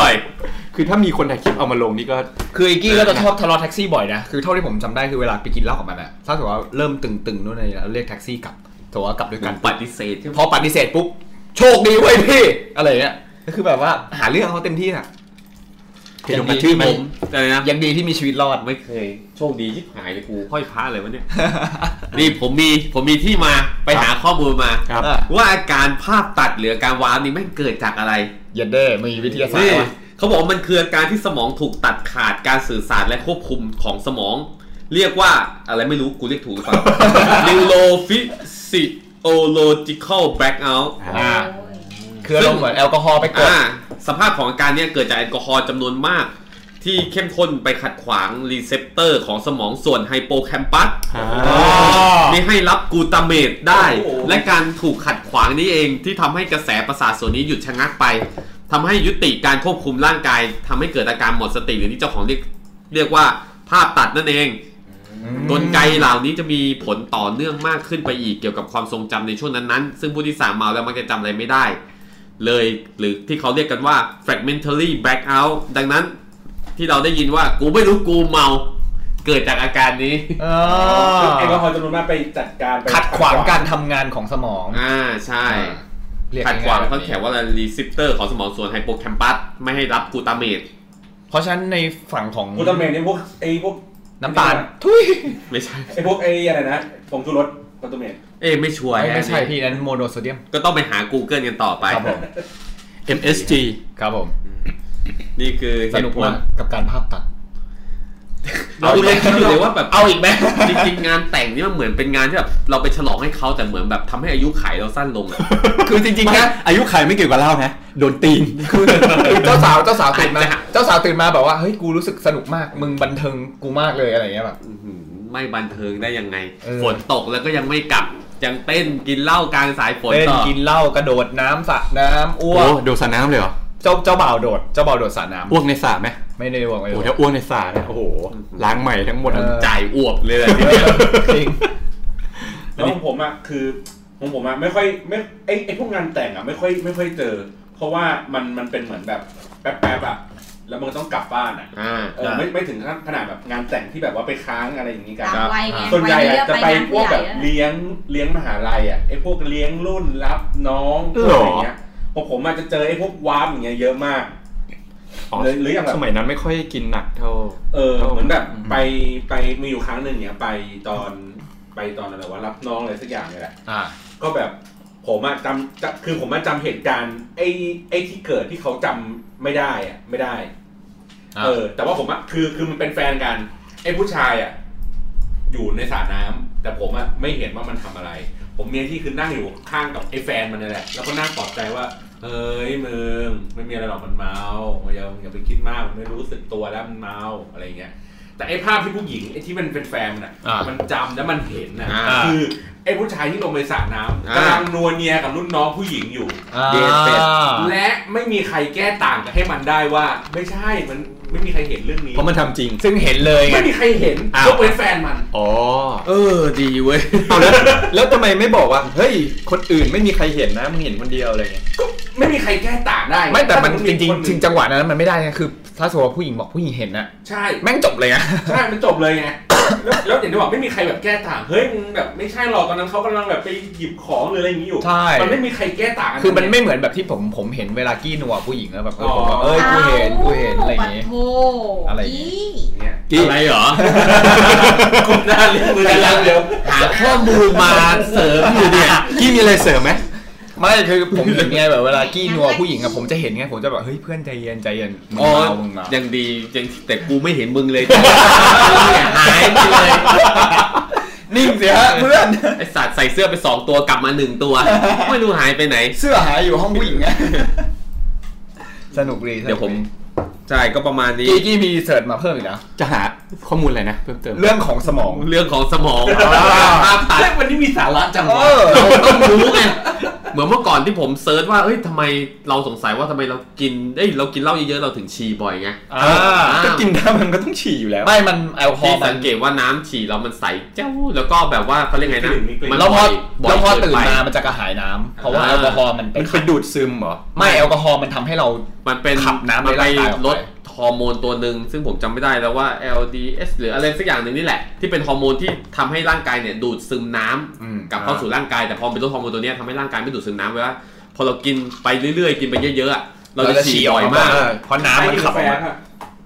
[SPEAKER 1] คือถ้ามีคนถ่ายคลิปเอามาลงนี่ก็
[SPEAKER 6] คือไอ้กี้ก็จะชอบทะเลาะแท็กซี่บ่อยนะ คือเท่าที่ผมจำได้คือเวลาไปกินเหล้ากับมันอะถ้าถือว่าเริ่มตึงๆนู่นนี่แล้วเรียกแท็กซี่กลับถือว่ากลับด้วยกัน
[SPEAKER 3] ปฏิเสธใช่ไหม
[SPEAKER 6] พอปฏิเสธปุ๊บ โชคดีเว้ยพี่ อะไรเงี้ย ก็คือแบบว่าหาเรื่องเขาเต็มที่อะ
[SPEAKER 1] เคยโดนกระทืบไหม
[SPEAKER 3] ผมอะไรนะ
[SPEAKER 6] ยังดีที่มีชีวิตรอด
[SPEAKER 3] ไม่เคยโชคดีที่หายเลยกูห้อยพระอะไรวะเนี่ย นี่ผมมีผมมีที่มาไปหาข้อมูลมา
[SPEAKER 1] ครับ
[SPEAKER 3] ว่าอาการภาพตัดหรืออาการวาวนี่ไม่งเกิดจากอะไร
[SPEAKER 6] อย่าเด้อมีวิทยาศาสต
[SPEAKER 3] นี่
[SPEAKER 6] ร์ว่ะ
[SPEAKER 3] เขาบอกว่ามันคืออาการที่สมองถูกตัดขาดการสื่อสารและควบคุมของสมอง เรียกว่าอะไรไม่รู้กูเรียกถูกหรือเปล่า
[SPEAKER 6] (laughs)
[SPEAKER 3] neurophysiological blackout
[SPEAKER 1] อ่า
[SPEAKER 6] คืออารมณ์เหมือนแอลกอฮอล์ไปกด
[SPEAKER 3] อ่าสภาพของอาการเนี่ยเกิดจากแอลกอฮอล์จำนวนมาก ที่เข้มข้นไปขัดขวางรีเซพเตอร์ของสมองส่วนไฮโปแคมปัส
[SPEAKER 1] อ่า
[SPEAKER 3] นี่ให้รับกลูตาเมตได้
[SPEAKER 5] โอ้โห
[SPEAKER 3] และการถูกขัดขวางนี้เองที่ทำให้กระแสประสาทส่วนนี้หยุดชะงักไปทำให้ยุติการควบคุมร่างกายทำให้เกิดอาการหมดสติหรือที่เจ้าของเรียกเรียกว่าภาพตัดนั่นเอง กลไกเหล่านี้จะมีผลต่อเนื่องมากขึ้นไปอีกเกี่ยวกับความทรงจำในช่วงนั้นๆ ซึ่งผู้ที่สามเมาแล้วมักจะจำอะไรไม่ได้ เลยหรือที่เขาเรียกกันว่า fragmentary blackout ดังนั้นที่เราได้ยินว่ากูไม่รู้กูเมา เกิดจากอาการนี้
[SPEAKER 6] อ๋อ
[SPEAKER 5] แอลกอฮอล์จำนวนมากไปจัดการไป
[SPEAKER 6] ขัดขวางการทำงานของสมอง
[SPEAKER 3] อ่าใช่
[SPEAKER 6] เรียก
[SPEAKER 3] ขัดขวาง
[SPEAKER 6] ง่ยๆ
[SPEAKER 3] เขาเขียนว่ารีซิปเตอร์ของสมองส่วนไฮโปแคมปัสไม่ให้รับกลูตาเมต
[SPEAKER 6] เพราะฉะนั้นในฝั่งของ
[SPEAKER 5] กูตาเมนไอ้พวกไอ้พวก
[SPEAKER 6] น้ำตาล ทุย
[SPEAKER 3] ไม่ใช่
[SPEAKER 5] ไอ้พวกไอ้อะไรนะผงชูรส คอนโทเมต
[SPEAKER 3] เอ้ยไม่ชัวร์
[SPEAKER 6] ไม่ใช่
[SPEAKER 3] แฮะ
[SPEAKER 6] พี่นั้นโมโนโซเดียม
[SPEAKER 3] ก็ต้องไปหา Google กันต่อไป
[SPEAKER 6] ครับผม
[SPEAKER 1] MSG
[SPEAKER 6] ครับผม
[SPEAKER 3] นี่คือ
[SPEAKER 6] สนุกมากกับการภาพตัด
[SPEAKER 3] เราเล่นคิดอยู่เลยว่าแบบ
[SPEAKER 6] เอาอีกไหม
[SPEAKER 3] จริงๆงานแต่งนี่มันเหมือนเป็นงานที่แบบเราไปฉลองให้เขาแต่เหมือนแบบทำให้อายุขัยเราสั้นลงอะ
[SPEAKER 6] คือจริงๆนะ
[SPEAKER 1] อายุขายไม่เกี่ยวกับเหล้านะ โดนตีน
[SPEAKER 6] คือเจ้าสาวเจ้าสาวตื่นมา
[SPEAKER 3] อาจจะ
[SPEAKER 6] เจ้าสาวตื่นมาแบบว่าเฮ้ยกูรู้สึกสนุกมากมึงบันเทิงกูมากเลยอะไรอย่างเงี้ยแบบ
[SPEAKER 3] อื้อหือไม่บันเทิงได้ยังไง
[SPEAKER 6] เออ
[SPEAKER 3] ฝนตกแล้วก็ยังไม่กลับ ยังเต้นกินเหล้ากลางสายฝน
[SPEAKER 6] เล่น
[SPEAKER 3] ต่อ
[SPEAKER 6] กินเหล้ากระโดดน้ำสระน้ำอ้
[SPEAKER 1] โอ้
[SPEAKER 6] วก
[SPEAKER 1] โดนสาน้ำเลยเหรอ
[SPEAKER 6] เจ้าเจ้าบ่าวโดดเจ้าบ่าวโดดสระน้ำ
[SPEAKER 1] อ้วกในสาไหม
[SPEAKER 6] ไม่ได้อ้วกไม่
[SPEAKER 1] โอ้
[SPEAKER 6] ได้
[SPEAKER 1] โหถ้า
[SPEAKER 6] อ้วก
[SPEAKER 1] อ้วกในสาเนี่ยโอ้โห ล้างใหม่ทั้งหมดอะ
[SPEAKER 6] เออ
[SPEAKER 3] จ่ายอวบเลยแหละ
[SPEAKER 6] จริง
[SPEAKER 5] แล้วของผมอะคือของผมอะไม่ค่อยไม่ไอไอพวกงานแต่งอะไม่ค่อยไม่ค่อยเจอ เพราะว่ามันมันเป็นเหมือนแบบแป๊บๆอะแล้วมันก็ต้องกลับบ้านอะ
[SPEAKER 3] อ่า
[SPEAKER 5] เออไม่ไม่ถึงขั้นขนาดแบบงานแต่งที่แบบว่าไปค้างอะไรอย่างนี้กัน
[SPEAKER 4] ตามวัยไง
[SPEAKER 5] ส่วนใหญ่อะจะไป
[SPEAKER 4] วัยเรียก
[SPEAKER 5] พวกแบบ
[SPEAKER 4] งานผู้ใหญ่อะ
[SPEAKER 5] เลี้ยงเลี้ยงมหาลัยอะไอพวกเลี้ยงรุ่นรับน้องพวกอะไรอย่างเงี้ยพอผมอาจจะเจอไอพวกวาร์ปอย่างเงี้ยเยอะมาก
[SPEAKER 1] อ๋อ
[SPEAKER 5] หรือหรืออย่างแบบ
[SPEAKER 1] สมัยนั้นไม่ค่อยกินหนักเท่า
[SPEAKER 5] เออ
[SPEAKER 1] ครับผม
[SPEAKER 5] เหมือนแบบไปไปมีอยู่ครั้งหนึ่งเนี่ยไปตอนไปตอนอะไรวะรับน้องอะไรสักอย่างเนี่ยแหละ
[SPEAKER 6] อ่า
[SPEAKER 5] ก็แบบผมอะจำจำคือผมอะจำเหตุการณ์ไอ้ไอ้ที่เกิดที่เขาจำไม่ได้อะไม่ได้
[SPEAKER 6] อ่า
[SPEAKER 5] เออ แต่ว่าผมอะคือคือมันเป็นแฟนกันไอ้ผู้ชายอะอยู่ในสระน้ำแต่ผมอะไม่เห็นว่ามันทำอะไร ผมมีหน้าที่คือนั่งอยู่ข้างกับไอ้แฟนมันนี่แหละแล้วก็นั่งปลอบใจว่าเฮ้ยมึงไม่มีอะไรหรอกมันเมาอย่าอย่าไปคิดมากมันไม่รู้สึกตัวแล้วมันเมาอะไรอย่างเงี้ย แต่ไอ้ภาพที่ผู้หญิงไอ้ที่มันเป็นแฟนมันอะ
[SPEAKER 6] อ่ามั
[SPEAKER 5] มันจำแล้วมันเห็นนะ
[SPEAKER 3] อ่า
[SPEAKER 5] คือไอ้ผู้ชายที่ลงไปสระน้ำ
[SPEAKER 3] อ่า
[SPEAKER 5] กำลังนัวเนียกับรุ่นน้องผู้หญิงอยู่
[SPEAKER 3] เดทเป็ด
[SPEAKER 5] และไม่มีใครแก้ต่างกับให้มันได้ว่า ไม่ใช่มันไม่มีใครเห็นเรื่องนี้
[SPEAKER 1] เพราะมันทำจริง
[SPEAKER 6] ซึ่งเห็นเลยไง
[SPEAKER 5] ไม่มีใครเห็น
[SPEAKER 1] อ้าว
[SPEAKER 5] ยกเว้นแฟนมัน
[SPEAKER 1] อ๋อ
[SPEAKER 3] เออดีเว้ย
[SPEAKER 1] เอาแล้วแล้วทำไมไม่บอกว่า เฮ้ย คนอื่นไม่มีใครเห็นนะมึงเห็นคนเดียวอะไรเงี้ย
[SPEAKER 5] ก็ไม่มีใครแก้ต่างได้
[SPEAKER 6] ไม่แต่มันจริง
[SPEAKER 5] คน
[SPEAKER 6] ๆ
[SPEAKER 5] หนึ่
[SPEAKER 6] จริงจังหวะนั้นมันไม่ได้นะคือ ถ้าสมมติว่าผู้หญิงบอกผู้หญิงเห็นนะ
[SPEAKER 5] ใช่
[SPEAKER 6] แม่งจบเลยนะ
[SPEAKER 5] ใช่มันจบเลยไงแล้วแล้วอย่างที่บอกไม่มีใครแบบแก้ต่างเฮ้ยมึงแบบไม่ใช่หรอกตอนนั้นเขากำลังแบบไปหยิบของหรืออะไรอย่างนี้อยู่
[SPEAKER 6] ใช่
[SPEAKER 5] มันไม่มีใครแก้ต่างกั
[SPEAKER 6] คือมันไม่เหมือนแบบที่ผมผมเห็นเวลากี้นัวผู้หญิงแล้วแบบเออ
[SPEAKER 5] อ๋อ
[SPEAKER 6] ผมว่าเอ้ยกูเห็นกูเห็นอะไรอย่างงี้
[SPEAKER 4] โอ้
[SPEAKER 6] อะไรอย่างงี้
[SPEAKER 4] งี้
[SPEAKER 5] อย่างเงี้ย
[SPEAKER 3] อะไรเหรอ
[SPEAKER 5] กุมหน้าลิ้นมือกันแล้วเดี๋ยว
[SPEAKER 3] หาข้อมูลมาเสริมอยู่เนี่ย
[SPEAKER 1] กี้มีอะไรเสริมไหม
[SPEAKER 6] ไม่คือผมเห็นไงแบบเวลากี้นัวผู้หญิงอะผมจะเห็นไงผมจะแบบเฮ้ยเพื่อนใจเย็นใจเย็นมึง
[SPEAKER 3] อ๋อ
[SPEAKER 6] เมามึงเมา
[SPEAKER 3] ยังดียังแต่กูไม่เห็นมึงเลยมึงเนี่ยหายไปเลย
[SPEAKER 6] นิ่งสิฮะเพื่อน
[SPEAKER 3] ไอสัตว์ใส่เสื้อไปสองตัวกลับมาหนึ่งตัว ไม่รู้หายไปไหน
[SPEAKER 6] เสื้อหายอยู่ห้องผู้หญิงอะสนุกดี
[SPEAKER 3] เดี๋ยวผม ใช่ก็ประมาณนี้
[SPEAKER 6] กี้กี้มีเสิร์ชมาเพิ่มอีกนะ
[SPEAKER 1] จะหาข้อมูลอะไรนะ เพิ่มเติม
[SPEAKER 6] เรื่องของสมอง
[SPEAKER 3] เรื่องของสมอง
[SPEAKER 6] อ่า
[SPEAKER 3] ภาพตัด
[SPEAKER 2] เฮ้ยวันนี้มีสาระจัง
[SPEAKER 6] เอ
[SPEAKER 2] วะ
[SPEAKER 6] อ
[SPEAKER 3] เราต้องรู้ไงเหมือนเมื่อก่อนที่ผมเซิร์ชว่าเอ้ยทำไมเราสงสัยว่าทำไมเรากินเอ้ยเรากินเหล้าเยอะๆเราถึงฉี่บ่อยไง
[SPEAKER 6] อ่า
[SPEAKER 1] ก็กินได้มันก็ต้องฉี่อยู่แล้ว
[SPEAKER 6] ไม่มันแอลกอฮอ
[SPEAKER 3] ที่
[SPEAKER 6] ล์มั
[SPEAKER 3] สั
[SPEAKER 6] น
[SPEAKER 3] งเกตว่าน้ำฉี่เรามันใสเจ้าแล้วก็แบบว่าเขาเรียกไงนะ
[SPEAKER 5] กลิ่น
[SPEAKER 3] มัน
[SPEAKER 6] เราพอ
[SPEAKER 3] บ่ย
[SPEAKER 6] เราพอ
[SPEAKER 3] เกิ
[SPEAKER 6] ตื่น
[SPEAKER 3] ไป
[SPEAKER 6] มามันจะกระหายน้ำเพราะว่า
[SPEAKER 3] อ่า
[SPEAKER 6] แอลกอฮอล์มันไป
[SPEAKER 1] มันไป
[SPEAKER 6] ขับ
[SPEAKER 1] ดูดซึมเหรอ
[SPEAKER 6] ไม่แอลกอฮอล์มันทำให้เรา
[SPEAKER 3] มันเป็น
[SPEAKER 6] ขับน้ำ
[SPEAKER 3] มั
[SPEAKER 6] ใน
[SPEAKER 3] ไป
[SPEAKER 6] ร่างกายออกไป
[SPEAKER 3] ลดฮอร์โมนตัวหนึ่งซึ่งผมจำไม่ได้แล้วว่า LDS หรืออะไรสักอย่างหนึ่งนี่แหละ ที่เป็นฮอร์โมนที่ทำให้ร่างกายเนี่ยดูดซึมน้ำ
[SPEAKER 6] อืม
[SPEAKER 3] กลับเข้าสู่ร่างกายแต่พอเป็นลดฮอร์โมนตัวเนี้ยทำให้ร่างกายไม่ดูดซึมน้ำเวลาพอเรากินไปเรื่อยๆ กินไปเยอะๆอะเราจะฉี่บ่อยมาก
[SPEAKER 6] เเพราะน้ำมันขับออกมา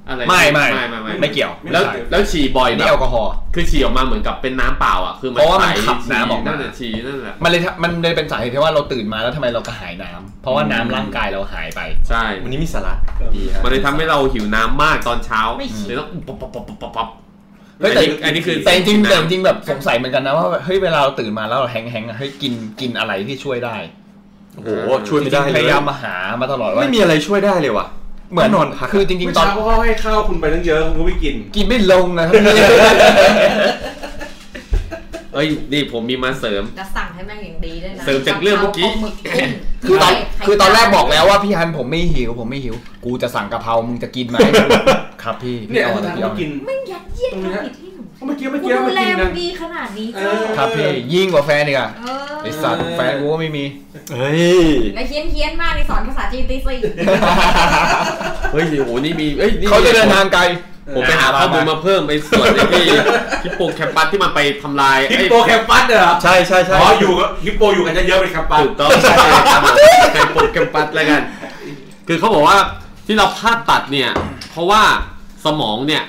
[SPEAKER 3] อะไร
[SPEAKER 6] ไม่ไม่
[SPEAKER 3] ไม่ไม่ไม่
[SPEAKER 6] ไม่เกี่ยว
[SPEAKER 3] แล้ว
[SPEAKER 6] ไม่ใช่
[SPEAKER 3] แล้วฉี่บ่อยแบ
[SPEAKER 6] นี่แอบ ลกอฮอล์
[SPEAKER 3] คือฉี่ออกมาเหมือนกับเป็นน้ำเปล่าอ่ะคือมัน
[SPEAKER 6] เพราะว่ามัน
[SPEAKER 3] ใส
[SPEAKER 6] ขับน้ำออกมา
[SPEAKER 3] ฉี่นั่นแหละฉี่นั่นแหละ
[SPEAKER 6] มันเลยทำมันเลยเป็นสาเหตุที่ว่าเราตื่นมาแล้วทำไมเรากระหายน้ำเพราะว่าน้ำร่างกายเราหายไป
[SPEAKER 3] ใช่
[SPEAKER 1] วันนี้มีสาระ
[SPEAKER 3] มันเลยทำให้เราหิวน้ำมากตอนเช้า
[SPEAKER 4] ไม่หิว
[SPEAKER 3] เลยต้องปั๊บปั๊บปั๊บปั๊บปั๊บ
[SPEAKER 6] เฮ้ยแต่
[SPEAKER 3] อันนี้อันนี้คือ
[SPEAKER 6] แต่จริงๆแต่จริงๆแบบสงสัยเหมือนกันนะว่าเฮ้ยเวลาเราตื่นมาแล้วเราแฮงแฮงๆอะเฮ้ยกินกินอะไรที่ช่วยได้
[SPEAKER 1] โอ้โห ช่วยไม่ได้
[SPEAKER 6] จริงๆ
[SPEAKER 1] เล
[SPEAKER 6] พ
[SPEAKER 1] ย
[SPEAKER 6] ยายามมาหามาตลอดว่า
[SPEAKER 1] ไม่มีอะไรช่วยได้เลยว่ะ
[SPEAKER 6] เหมือน
[SPEAKER 1] ก็นอนพัก
[SPEAKER 6] คือจริง
[SPEAKER 5] เมื่อ
[SPEAKER 6] ๆตอน
[SPEAKER 5] เช้าเขาให้ข้าวคุณไปตั้งเยอะคุณก็ไม่กิน
[SPEAKER 6] กินไม่ลงนะครับ (laughs)
[SPEAKER 3] เอ้ยนี่ผมมีมาเสริม
[SPEAKER 4] จะสั่งให้แม่งอย่างดีด้วยนะ
[SPEAKER 3] เสริมจากเรื่องเมื่อกี้
[SPEAKER 4] ะพ
[SPEAKER 6] คือ
[SPEAKER 4] ราปลาหมึกุ้ง
[SPEAKER 6] ตอน
[SPEAKER 4] ไข่
[SPEAKER 6] คือตอนแรกบอกแล้วว่าพี่ฮันผมไม่หิวผมไม่หิว กูจะสั่งกะเพรามึงจะกินไหม ครับพี่
[SPEAKER 5] เนี่
[SPEAKER 6] พี่
[SPEAKER 5] ย
[SPEAKER 6] เอา
[SPEAKER 5] คุณ
[SPEAKER 6] อะไร
[SPEAKER 5] ทาน
[SPEAKER 6] พี่
[SPEAKER 5] ก็
[SPEAKER 6] เอา
[SPEAKER 5] กิน
[SPEAKER 4] ไม่ยัดเยียดความผิดให้หนู
[SPEAKER 5] เมื่อกี้เมื่อ
[SPEAKER 4] กู
[SPEAKER 5] กี้
[SPEAKER 4] ดู
[SPEAKER 5] เมื่อ
[SPEAKER 4] แล
[SPEAKER 5] กี้
[SPEAKER 4] มั
[SPEAKER 5] นะ
[SPEAKER 4] นดีขนาดนี้
[SPEAKER 5] เอ
[SPEAKER 4] เจ้า
[SPEAKER 5] อ
[SPEAKER 6] ครับพี่ยิ่งกว่าแฟนอีกอะ
[SPEAKER 4] เอ
[SPEAKER 6] ไอ
[SPEAKER 4] อ
[SPEAKER 6] สัตว์แฟนกูก็ไม่มี
[SPEAKER 1] เฮ้ย
[SPEAKER 4] แล้วเฮี้ยนเฮี้ยนๆมากในสอนภาษาจีนตีสี่
[SPEAKER 3] เฮ้ยโหนี่มีเอ้ยนี่
[SPEAKER 6] เขาจะเดินทางไกล
[SPEAKER 3] ผมไปหาข้อมูลมาเพิ่มไปส่วนไอ้ที่ (laughs) ฮิปโปแคมปัสที่มันไปทำลาย
[SPEAKER 5] ฮิป
[SPEAKER 3] ไอ้
[SPEAKER 5] โปแคมปัสเหรอ
[SPEAKER 1] ใช่ใช่ใช่
[SPEAKER 5] อ๋ออยู่กับฮิปโปอยู่กันเยอะๆเป็นแคมปัส
[SPEAKER 3] ถูกต้องใช่ไอ้ฮิปโปแคมปัสแล้วกัน คือเขาบอกว่าที่เราผ่าตัดเนี่ย เพราะว่าสมองเนี่ย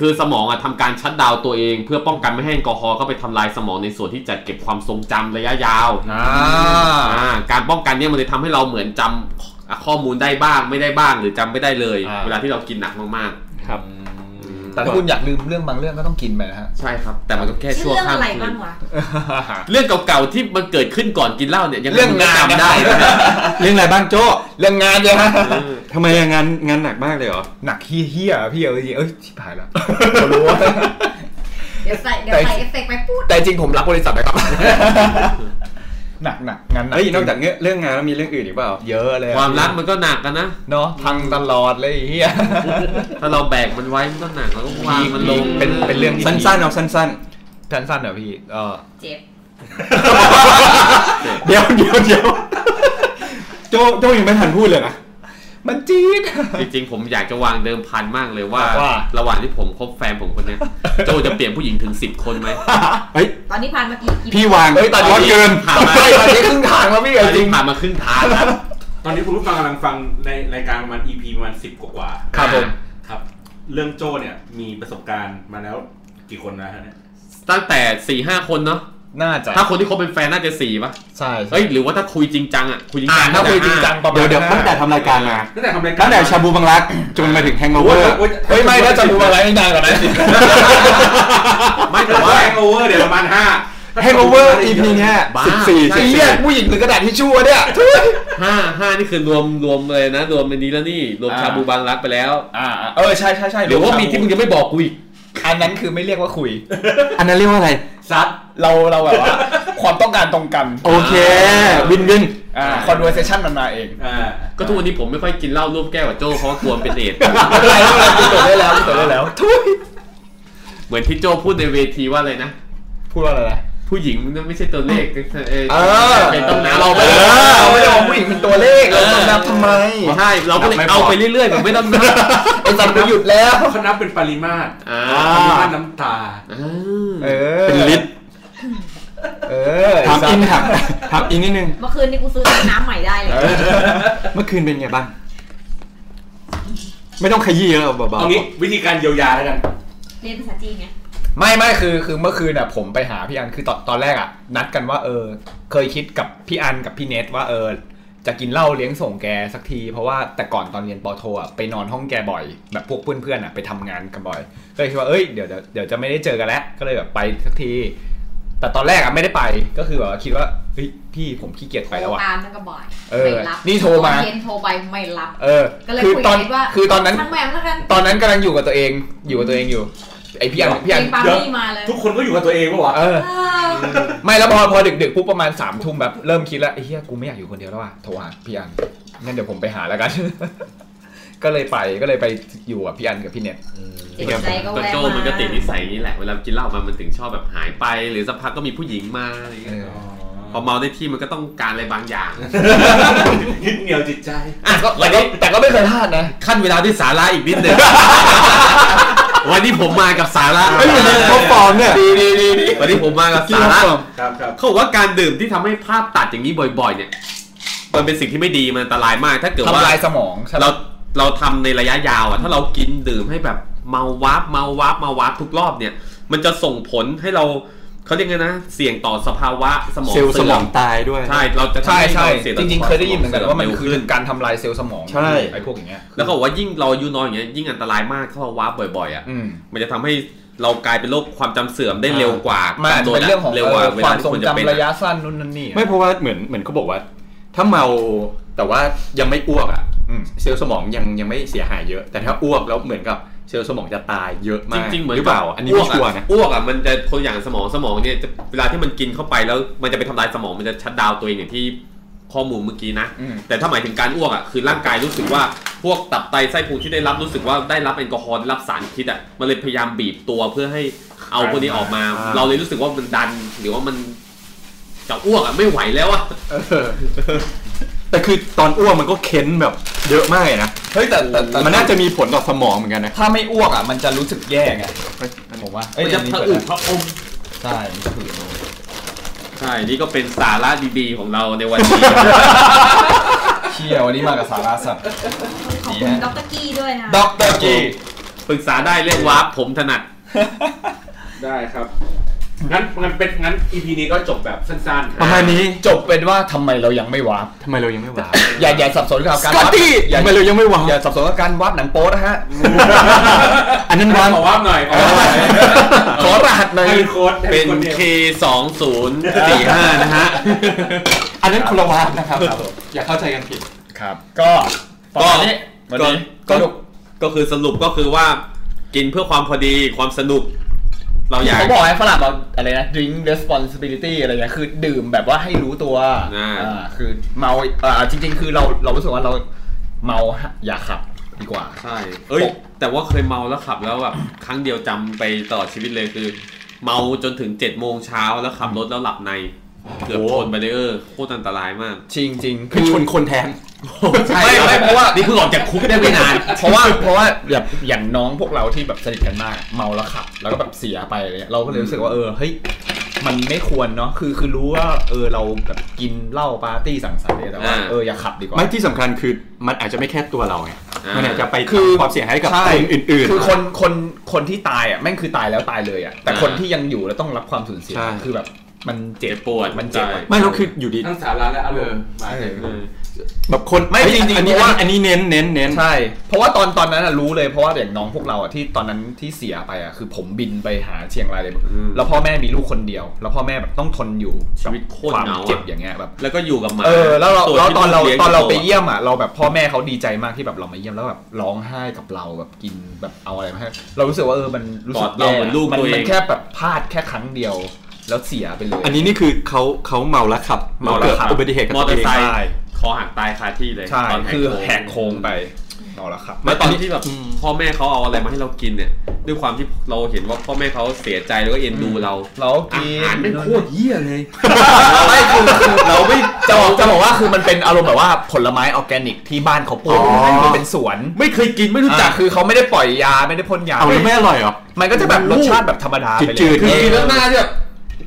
[SPEAKER 3] คือสมองอะทำการชัดดาวน์ตัวเอง เพื่อป้องกันไม่ให้แอลกอฮอล์เข้าไปทำลายสมองในส่วนที่จัดเก็บความทรงจำระยะยาว
[SPEAKER 6] อ่า
[SPEAKER 3] อ่าการป้องกันเนี่ยมันเลยทำให้เราเหมือนจำข้อมูลได้บ้างไม่ได้บ้างหรือจำไม่ได้เลย
[SPEAKER 6] อ่า
[SPEAKER 3] เวลาที่เรากินหนักมาก
[SPEAKER 1] ครับ
[SPEAKER 3] ๆ
[SPEAKER 6] แต่ถ้าคุณอยากลืมเรื่องบางเรื่องก็ต้องกินไปนะฮะ
[SPEAKER 3] ใช่ครับ แต่มันก็แค่
[SPEAKER 4] ชื่
[SPEAKER 3] ชั่
[SPEAKER 4] อเรื่อ
[SPEAKER 3] ว
[SPEAKER 4] ง
[SPEAKER 3] ข้าม
[SPEAKER 4] อะไร
[SPEAKER 3] คื
[SPEAKER 4] บ้าน งวะ
[SPEAKER 3] เรื่องเก่าๆที่มันเกิดขึ้นก่อนกินเหล้าเนี่ยยัง
[SPEAKER 6] เรื่องงาน
[SPEAKER 3] จำได้นะ
[SPEAKER 1] เรื่องอะไรบ้างโจ้
[SPEAKER 6] เรื่องงานเนี่ยฮะ
[SPEAKER 3] เออ
[SPEAKER 1] ทำไมงานงานหนักมากเลยเหรอ
[SPEAKER 6] หนักเฮี้ยๆอะพี่เอาจริงๆเอ้ยชิบหายแล้วรู้ว่า
[SPEAKER 4] เดี๋ยวใส่เดี๋ยวใส่เอฟเฟกต์ไปพูด
[SPEAKER 6] (laughs) แต่จริงผมรักบริษัทนะครับ หนักหนักงานหนัก
[SPEAKER 1] เฮ้ยนอกจากเนี้ยเรื่องงานแล้วมีเรื่องอื่นอีกเปล่า
[SPEAKER 6] เยอะเลยอะ
[SPEAKER 3] ความรักมันก็หนักกันนะ
[SPEAKER 6] เนาะพังตลอดเลยไอ้เฮีย
[SPEAKER 3] ถ้าเราแบกมันไว้มันก็หนักแล้วก็วางมันลง
[SPEAKER 6] เป็นเป็นเรื่อง
[SPEAKER 1] สั้นๆเอาสั้น
[SPEAKER 6] สั้นๆเหรอพี่เออ
[SPEAKER 4] เจ็บ
[SPEAKER 1] ๆ เดี๋ยวเดี๋ยวเดี๋ยวโจ้โจ้ยังไม่ทันพูดเลยนะ
[SPEAKER 6] มันจี๊ด
[SPEAKER 3] จริงๆผมอยากจะวางเดิมพันมากเลยว่า
[SPEAKER 6] ว่า
[SPEAKER 3] ระหว่างที่ผมคบแฟนผมคน
[SPEAKER 6] (laughs)
[SPEAKER 3] เนี้ยโจจะเปลี่ยนผู้หญิงถึงสิบคนไหม
[SPEAKER 1] เฮ้ย
[SPEAKER 4] ตอนนี้ผ่านมากี่กี่
[SPEAKER 1] พี่วาง
[SPEAKER 6] เฮ้ยตอนนี้
[SPEAKER 1] ร้เกิน
[SPEAKER 3] ผ่านมา
[SPEAKER 6] ไม่ตอนนี้ครึ่งทางแล้วพี่
[SPEAKER 3] ต
[SPEAKER 6] เอา
[SPEAKER 3] อน
[SPEAKER 6] จริ
[SPEAKER 3] นี้
[SPEAKER 6] ง
[SPEAKER 3] ผ่านมาครึ่งทางแล้ว
[SPEAKER 5] ตอนนี้คุณผู้ฟังกำลังฟังในรายการประมาณ EP ประมาณสิบกว่าๆ
[SPEAKER 3] ครับผม
[SPEAKER 5] ครับ เรื่องโจ้เนี่ยมีประสบการณ์มาแล้วกี่คนนะฮะเนี่ย
[SPEAKER 3] ตั้งแต่สี่ห้าคนเนาะ
[SPEAKER 6] น่าจะ
[SPEAKER 3] ถ้าคนที่คบเป็นแฟนน่าจะสี่ป่ะ
[SPEAKER 6] ใช่
[SPEAKER 3] เอ้ย หรือว่าถ้าคุยจริงจังอ่ะ คุยจริง
[SPEAKER 6] อ่า
[SPEAKER 3] จัง
[SPEAKER 6] ถ้าคุยจริงจังประมา
[SPEAKER 1] เดี๋ยว
[SPEAKER 6] ณ
[SPEAKER 1] เดี๋ยวตั้งแต่
[SPEAKER 6] ห้า
[SPEAKER 1] ทำรายการมา
[SPEAKER 5] ตั้งแต่ทำรายการ
[SPEAKER 1] ตั้งแต่ชาบูบางรัก จนมาถึงแฮงโอเว
[SPEAKER 5] โอ้
[SPEAKER 1] อย ร์
[SPEAKER 5] โอ้
[SPEAKER 6] เฮ้ยไม่ถ้าจะรู้อะไรให้นานกว่านั้นอีก
[SPEAKER 3] ไม่แต่
[SPEAKER 5] แต่ว่า
[SPEAKER 3] ว่า
[SPEAKER 5] แฮงโอเวอร์เดี๋ยวประมาณห้า
[SPEAKER 1] แฮงโอเวอร์ EP เนี้ย
[SPEAKER 3] บ้า
[SPEAKER 1] สิบสี่
[SPEAKER 3] ใช่
[SPEAKER 1] สิ
[SPEAKER 6] ไอ้
[SPEAKER 1] บ
[SPEAKER 6] เหี้
[SPEAKER 1] สี่
[SPEAKER 6] ยผู้หญิงถือกระดาษทิชชู่อะเนี่ยทุย
[SPEAKER 3] ห้าห้านี่คือรวมรวมเลยนะ รวมเป็นนี้แล้วนี่ รวมชาบูบางรักไปแล้ว
[SPEAKER 6] อ่าเออใช่ใช่ใช่
[SPEAKER 3] หรือว่ามีที่มึงยังไม่บอกกูอีก
[SPEAKER 6] อันนั้นคือไม่เรียกว่าคุย
[SPEAKER 1] อันนั้นเรียกว่าอะไร
[SPEAKER 6] ซัดเราเราแบบว่า ความต้องการตรงกัน
[SPEAKER 1] โอเค
[SPEAKER 3] อ่า
[SPEAKER 1] วินวิน
[SPEAKER 6] อ่า
[SPEAKER 5] อ่า
[SPEAKER 6] conversation มันมาเอง
[SPEAKER 5] อ่า
[SPEAKER 3] ก็ทุกวันนี้ผมไม่ค่อยกินเหล้าร่วมแก้วกับโจ้เพราะว่ากลัวเป็นเอดส์
[SPEAKER 6] ไม่เป็นไรไม่เป็นไรกูเปิดได้แล้วกูเปิดได้แล้วทุย
[SPEAKER 3] เหมือนที่โจ้พูดในเวทีว่าอะไรนะ
[SPEAKER 6] พูดว่าอะไรนะ
[SPEAKER 3] ผู้หญิงมันไม่ใช่ตัวเลขเออ
[SPEAKER 6] เออ
[SPEAKER 3] เป็นต้องนับ
[SPEAKER 6] เราไม่ได้เราไม่ได้บอกผู้หญิงเป็นตัวเลขเราต้องนับทำไม
[SPEAKER 3] ใช่ เราก็เลยเอาไปเรื่อยๆแบบไม่ต้องนับ (laughs)
[SPEAKER 6] ไอ้สัตว์กูหยุดแล้ว
[SPEAKER 5] เพราะเขานับเป็นปริมาตร
[SPEAKER 3] อ่า
[SPEAKER 5] ปริมาตรน้ำตา
[SPEAKER 3] อ่า
[SPEAKER 6] เออ
[SPEAKER 1] เป็นลิตร
[SPEAKER 6] เออ
[SPEAKER 1] ถามอินถาม (laughs) ถามอินนิดนึง
[SPEAKER 4] เมื่อคืนนี่กูซื้อน้ำใหม่ได้เลย
[SPEAKER 6] เออ
[SPEAKER 1] เมื่อคืนเป็นไงบ้าง ไม่ต้องขยี้เยอะเบา
[SPEAKER 5] เอางี้วิธีการเยียวยาแล้วกัน
[SPEAKER 4] เรียนภาษาจีนไง
[SPEAKER 6] ไม่ไม่คือคือเมื่อคืนอ่ะผมไปหาพี่อันคือตอนตอนแรกอ่ะ นัดกันว่าเออ เคยคิดกับพี่อันกับพี่เนทว่าเออ จะกินเหล้าเลี้ยงส่งแกสักที เพราะว่าแต่ก่อนตอนเรียนปอโทอ่ะไปนอนห้องแกบ่อย แบบพวกเพื่อนๆอ่ะไปทำงานกันบ่อยก็เลยคิดว่าเอ้ยเดี๋ยวเดี๋ยวเดี๋ยวจะไม่ได้เจอกันแล้ว ก็เลยแบบไปสักที แต่ตอนแรกอ่ะไม่ได้ไปก็คือแบบว่าคิดว่าเฮ้ยพี่ผมขี้เกียจไปแล้วอ่ะ
[SPEAKER 4] ตามนั่นก็บ่อย
[SPEAKER 6] เออ
[SPEAKER 4] ไม่รับ
[SPEAKER 6] นี่โทรมา
[SPEAKER 4] ตอเย็นโทรไปไม่รับ
[SPEAKER 6] เออ
[SPEAKER 4] ก็เลย
[SPEAKER 6] คือ
[SPEAKER 4] คุย
[SPEAKER 6] ต
[SPEAKER 4] กั
[SPEAKER 6] อบ น
[SPEAKER 4] เนทว่า
[SPEAKER 6] คือตอนนั้น
[SPEAKER 4] ช่างแหวนแล้วกัน
[SPEAKER 6] ตอนนั้นกำลังอยู่กับตัวเองอยู่กับตัวเองอยู่ไอพี่อันพี่
[SPEAKER 4] เอ
[SPEAKER 6] อัน
[SPEAKER 4] งปา
[SPEAKER 5] เดี๋ยว
[SPEAKER 4] มี่มาเลย
[SPEAKER 5] ทุกคนก็อยู่กับตัวเองปะวะ
[SPEAKER 6] เออ
[SPEAKER 4] เออ
[SPEAKER 6] ไม่แล้วพอพอดึกๆปุ๊บประมาณ3ามทุ่มแบบเริ่มคิดแล้วไอ้เฮียกูไม่อยากอยู่คนเดียวแล้วอ่ะโทรหาพี่อันงั้นเดี๋ยวผมไปหาแล้วกัน (laughs) ก็เลยไปก็เลยไปอยู่กับพี่อันกับพี่เน็ต
[SPEAKER 4] เจ็บใจก็
[SPEAKER 3] แต่
[SPEAKER 4] แวะ
[SPEAKER 3] โจมันก็ติดนิ
[SPEAKER 4] มา
[SPEAKER 3] สัยอย่างนี้แหละ เวลากินเหล้ามามันถึงชอบแบบหายไป หรือสักพักก็มีผู้หญิงมาอะไรอย่างเงี้ย
[SPEAKER 6] เออ
[SPEAKER 3] พอเมาได้ที่มันก็ต้องการอะไรบางอย่าง
[SPEAKER 5] ยึดเหนี่ยวจิตใจ
[SPEAKER 3] อ่ะก็
[SPEAKER 6] แต่
[SPEAKER 3] วัน
[SPEAKER 6] ก็
[SPEAKER 3] นี้
[SPEAKER 6] แต่ก็ไม่เคยพลาดนะ
[SPEAKER 3] ขั้นเวลาด้วยสาระอีกนิดหนึง (laughs) วันนี้ผมมากับสาระ
[SPEAKER 1] ๆเฮ้ยเหมือนในท็อปฟอร์มเนี่ย
[SPEAKER 6] ดีดีดีดี
[SPEAKER 3] วันนี้ผมมากับสาระ
[SPEAKER 5] ครับครับ
[SPEAKER 3] เขาบอกว่าการดื่มที่ทำให้ภาพตัดอย่างนี้บ่อย ๆ เนี่ยมันเป็นสิ่งที่ไม่ดีมันอันตรายมาก ถ้าเกิดว่า
[SPEAKER 6] ทำลายสมองใช่ไหม
[SPEAKER 3] เราเราทำในระยะยาวอ่ะถ้าเรากินดื่มให้แบบเมาวับเมาวับเมาวับทุกรอบเนี่ย มันจะส่งผลให้เราเขาเรียกไงนะ เสี่ยงต่อสภาวะสมอง
[SPEAKER 1] เซลล์ส
[SPEAKER 3] สื่
[SPEAKER 1] มองตายด้วย
[SPEAKER 3] ใช่ เราจะทำ
[SPEAKER 6] ใช่
[SPEAKER 3] ห้
[SPEAKER 6] ใช่
[SPEAKER 3] เราสีต่
[SPEAKER 6] จ
[SPEAKER 3] อ
[SPEAKER 6] ริง ๆ เคยได้ยินเหมือนกันว่ามัน
[SPEAKER 3] ร็ว
[SPEAKER 6] คือการทำลายเซลล์สมอง
[SPEAKER 1] ใช่
[SPEAKER 6] ไอพวกอย่างเงี้ย
[SPEAKER 3] แล้วก็บอกว่ายิ่งเราอายุน้อยอย่างเงี้ยยิ่งอันตรายมากถ้าเราว้าบ่อยๆอ่ะ
[SPEAKER 6] อืม
[SPEAKER 3] มันจะทำให้เรากลายเป็นโรคความจำเสื่อมได้เร็วกว่า
[SPEAKER 6] มันอาจจะเป็นเรื่องของ
[SPEAKER 3] เร็วกว่า
[SPEAKER 6] เอ่อ
[SPEAKER 3] เว
[SPEAKER 6] ควา
[SPEAKER 3] ลาม ที่
[SPEAKER 6] ทรง
[SPEAKER 3] ควรจะเป็น
[SPEAKER 6] จำระยะสั้นนู่นนั่นนี่
[SPEAKER 1] ไม่เพราะว่าเหมือนเหมือนเขาบอกว่า ถ้าเมาแต่ว่ายังไม่อ้วกอ่ะ
[SPEAKER 6] อืม
[SPEAKER 1] เซลล์สมองยังยังไม่เสียหายเยอะ แต่ถ้าอ้วกแล้วเหมือนกับเซลล์สมองจะตายเยอะ
[SPEAKER 3] จ
[SPEAKER 1] มาก
[SPEAKER 3] ริงๆเหมือน
[SPEAKER 1] หรือเปล่า อันนี้
[SPEAKER 3] อ้ว
[SPEAKER 1] ไม่
[SPEAKER 3] ก
[SPEAKER 1] ชัวร์
[SPEAKER 3] อ่ะ
[SPEAKER 1] นะ
[SPEAKER 3] อ้วกอ่ะมันจะคนอย่างสมองสมองเนี่ยจะเวลาที่มันกินเข้าไปแล้วมันจะไปทำลายสมองมันจะชัดดาวน์ตัวเองอย่างที่ข้อมูลเมื่อกี้นะ
[SPEAKER 6] อืม
[SPEAKER 3] แต่ถ้าหมายถึงการอ้วกอ่ะคือร่างกายรู้สึกว่าพวกตับไตไส้พุงที่ได้รับรู้สึกว่าได้รับแอลกอฮอล์ได้รับสารพิษอ่ะมันเลยพยายามบีบตัวเพื่อให้เอาพวกนี้ออกมา
[SPEAKER 1] อ่า
[SPEAKER 3] เราเลยรู้สึกว่ามันดันหรือว่ามันจะอ้วกอ่ะไม่ไหวแล้วอ่ะ
[SPEAKER 1] แต่คือตอนอ้วกมันก็เค้นแบบเยอะมากเลยนะ
[SPEAKER 6] เฮ้ยแต่แต่แต่
[SPEAKER 1] มันน่าจะมีผลต่อสมองเหมือนกันนะ
[SPEAKER 6] ถ้าไม่อ้วกอ่ะมันจะรู้สึกแย่ไงผมว่าเอ้ย
[SPEAKER 3] มันจะ
[SPEAKER 6] อันนี้
[SPEAKER 3] ผะ
[SPEAKER 6] เปิด
[SPEAKER 3] อึ
[SPEAKER 6] ได้
[SPEAKER 3] ผะอม
[SPEAKER 6] ใช่มันจะผะอึ
[SPEAKER 3] ใช่นี่ก็เป็นสาระดีๆของเราในวัน
[SPEAKER 6] (laughs)
[SPEAKER 3] นี้
[SPEAKER 6] เชี่ยวันนี้มากับสาระสัตว์
[SPEAKER 4] ขอบคุณดอกเตอรกี้ด้วยนะ
[SPEAKER 6] ด็อกเตอร์กี
[SPEAKER 3] ปรึกษาได้เรื่องวาร์ปผมถนัด
[SPEAKER 5] ได้ครับ งั้นงั้นเป็นงั้น EP นี้ก็จบแบบสั้นๆ
[SPEAKER 1] ประมาณนี้
[SPEAKER 6] จบเป็นว่าทำไมเรายังไม่วาร์ป
[SPEAKER 1] ทำไมเรายังไม่วาร์ป
[SPEAKER 6] อย่าอย่าสับสนกับการวาร์ปอย่า
[SPEAKER 1] ทำไมเรายังไม่วาร์
[SPEAKER 6] อย่า
[SPEAKER 1] ป
[SPEAKER 6] สับสนกับการวาร์ปหนังโป๊นะฮะ
[SPEAKER 1] อันนั้นวาร์ป
[SPEAKER 5] ขอว่าหน่อยขอว่าหน่อย
[SPEAKER 6] (laughs) ขอรหัสหน่อย
[SPEAKER 5] ให้เป็นโค้ดให้
[SPEAKER 3] เป็น
[SPEAKER 5] โค้ดดียว
[SPEAKER 3] K 2 0 4 5นะฮะ
[SPEAKER 1] อันนั้นคนละวาร์ปนะครับ อย่าเข้าใจกันผิด
[SPEAKER 6] ครับ ก็ประมาณนี้วันนี้
[SPEAKER 3] ก็
[SPEAKER 6] ก็
[SPEAKER 3] ก็ก็คือสรุปก็คือว่า กินเพื่อความพอดีความสนุก เราอยาก
[SPEAKER 6] เขาบอกให้ฝรั่งบอกอะไรนะ drink responsibility อะไรเงี้ยคือดื่มแบบว่าให้รู้ตัว
[SPEAKER 3] อ่า
[SPEAKER 6] อ่าคือเมาอ่าจริง ๆ คือเราเรารู้สึกว่าเราเมาอย่าขับดีกว่า
[SPEAKER 3] ใช่ เอ้ย แต่ว่าเคยเมาแล้วขับแล้วแบบครั้งเดียวจำไปตลอดชีวิตเลยคือ เมาจนถึง7จ็ดโมงเช้าแล้วขับรถแล้วหลับใน เกือบชนไปเลยเออร์โคตรอันตรายมาก
[SPEAKER 6] จริง ๆ
[SPEAKER 1] คือชนคนแทน
[SPEAKER 6] ไม่ไม่เพราะว่า
[SPEAKER 3] นี่เพิ่งออกจากคุกได้ไม่นาน
[SPEAKER 6] เพราะว่าเพราะว่าแบบอย่างน้องพวกเราที่แบบสนิทกันมาก เมาแล้วขับ แล้วก็แบบเสียไปอะไรเงี้ยเราก็เลยรู้สึกว่าเออเฮ้ยมันไม่ควรเนาะคือคือรู้ว่าเออเราแบบกินเหล้าปาร์ตี้สังสรรค์เนี่ยแต่ว่า
[SPEAKER 3] อ่า
[SPEAKER 6] เอออย่าขับดีกว่า
[SPEAKER 1] ไม่ที่สำคัญคือมันอาจจะไม่แค่ตัวเราไง
[SPEAKER 3] อ่ามั
[SPEAKER 1] มันอาจจะไป
[SPEAKER 6] คือ
[SPEAKER 1] ทำความเสียหายให้กับคนอื่น
[SPEAKER 6] คือคนคนคนที่ตายอ่ะแม่งคือตายแล้วตายเลยอ่ะแต่
[SPEAKER 3] อ่า
[SPEAKER 6] คนที่ยังอยู่แล้วต้องรับความสูญเสีย
[SPEAKER 1] ใช่
[SPEAKER 6] คือแบบมันเจ็
[SPEAKER 3] เจ็
[SPEAKER 6] บบ
[SPEAKER 3] ปวด
[SPEAKER 6] มันเจ็บ
[SPEAKER 3] ใช่
[SPEAKER 6] อะ
[SPEAKER 1] ๆ ไม่เราคืออยู่ดี
[SPEAKER 5] ทั้งสาระและอารมณ์มาเต็ม
[SPEAKER 3] เออ
[SPEAKER 1] แบบคน
[SPEAKER 6] ไม่
[SPEAKER 1] เฮ้ย
[SPEAKER 6] จริงๆ
[SPEAKER 1] อันนี้
[SPEAKER 6] เพราะว่า
[SPEAKER 1] อันนี้เน้นเน้นเน้น
[SPEAKER 6] ใช่ เพราะว่าตอนตอนนั้นอะรู้เลยเพราะว่าอย่างน้องพวกเราอะที่ตอนนั้นที่เสียไปอะคือผมบินไปหาเชียงรายเลย
[SPEAKER 3] อืม
[SPEAKER 6] แล้วพ่อแม่มีลูกคนเดียว แล้วพ่อแม่แบบต้องทนอยู่
[SPEAKER 3] ชีวิตโคตร
[SPEAKER 6] กับวาม
[SPEAKER 3] เหงาอะ
[SPEAKER 6] เจ็บอย่างเงี้ยแบบ
[SPEAKER 3] แล้วก็อยู่กับหมา
[SPEAKER 6] เออแล้วเรา
[SPEAKER 3] ว
[SPEAKER 6] แล้ว
[SPEAKER 3] ที่
[SPEAKER 6] ตอนเรา
[SPEAKER 3] ลี้ยง
[SPEAKER 6] ตอนเรา
[SPEAKER 3] ยู่
[SPEAKER 6] ไปเยี่ยมอะเราแบบพ่อแม่เขาดีใจมากที่แบบเรามาเยี่ยมแล้วแบบร้องไห้กับเราแบบกินแบบเอาอะไรมาให้เรารู้สึกว่าเออมันรู้สึกแย่มันมันแค่แบบพลาดแค่ครั้งเดียว แล้วเสียไปเลย
[SPEAKER 1] อันนี้นี่คือเขาเขาเมาแล้วขับ
[SPEAKER 6] เมาแล้ว
[SPEAKER 1] เกิด
[SPEAKER 6] ขับ
[SPEAKER 1] อุบัติเหตุกับ
[SPEAKER 3] มอ
[SPEAKER 1] ตัว
[SPEAKER 3] เตอ
[SPEAKER 1] เอง
[SPEAKER 3] ร์ไซค์
[SPEAKER 6] ใช่
[SPEAKER 3] คอหักตายคาที่เลย
[SPEAKER 6] ใช่
[SPEAKER 3] ตนหก
[SPEAKER 6] คือ
[SPEAKER 3] โง
[SPEAKER 6] แหกโค้งไปนอนแล้วครับ
[SPEAKER 3] แล้วตอนที่แบบพ่อแม่เขาเอาอะไรมาให้เรากินเนี่ย ด้วยความที่เราเห็นว่าพ่อแม่เขาเสียใจแล้วก็เอ็นดูเรา
[SPEAKER 6] เรา
[SPEAKER 3] อา
[SPEAKER 6] กิน
[SPEAKER 3] หารไม่งโคตรเยี่ยเลย
[SPEAKER 6] ไม่คือคือเราไม่จะบอกจะบอกว่าคือมันเป็นอารมณ์แบบว่าผลไม้ออร์แกนิกที่บ้านเขาปลูก
[SPEAKER 1] อ๋อ
[SPEAKER 6] มันเป็นสวน
[SPEAKER 3] ไม่เคยกินไม่รู้
[SPEAKER 6] จา
[SPEAKER 3] จั
[SPEAKER 6] ก
[SPEAKER 3] ก
[SPEAKER 6] คือเขาไม่ได้ปล่อยยาไม่ได้พ่นยา
[SPEAKER 1] เอาแล้วไม่อร่อยเหรอ
[SPEAKER 6] มันก็จะแบบรสชาติแบบธรรมดาไปเลย
[SPEAKER 1] จืดๆ
[SPEAKER 6] เออ
[SPEAKER 3] มีน้ำหน้าที่แบบ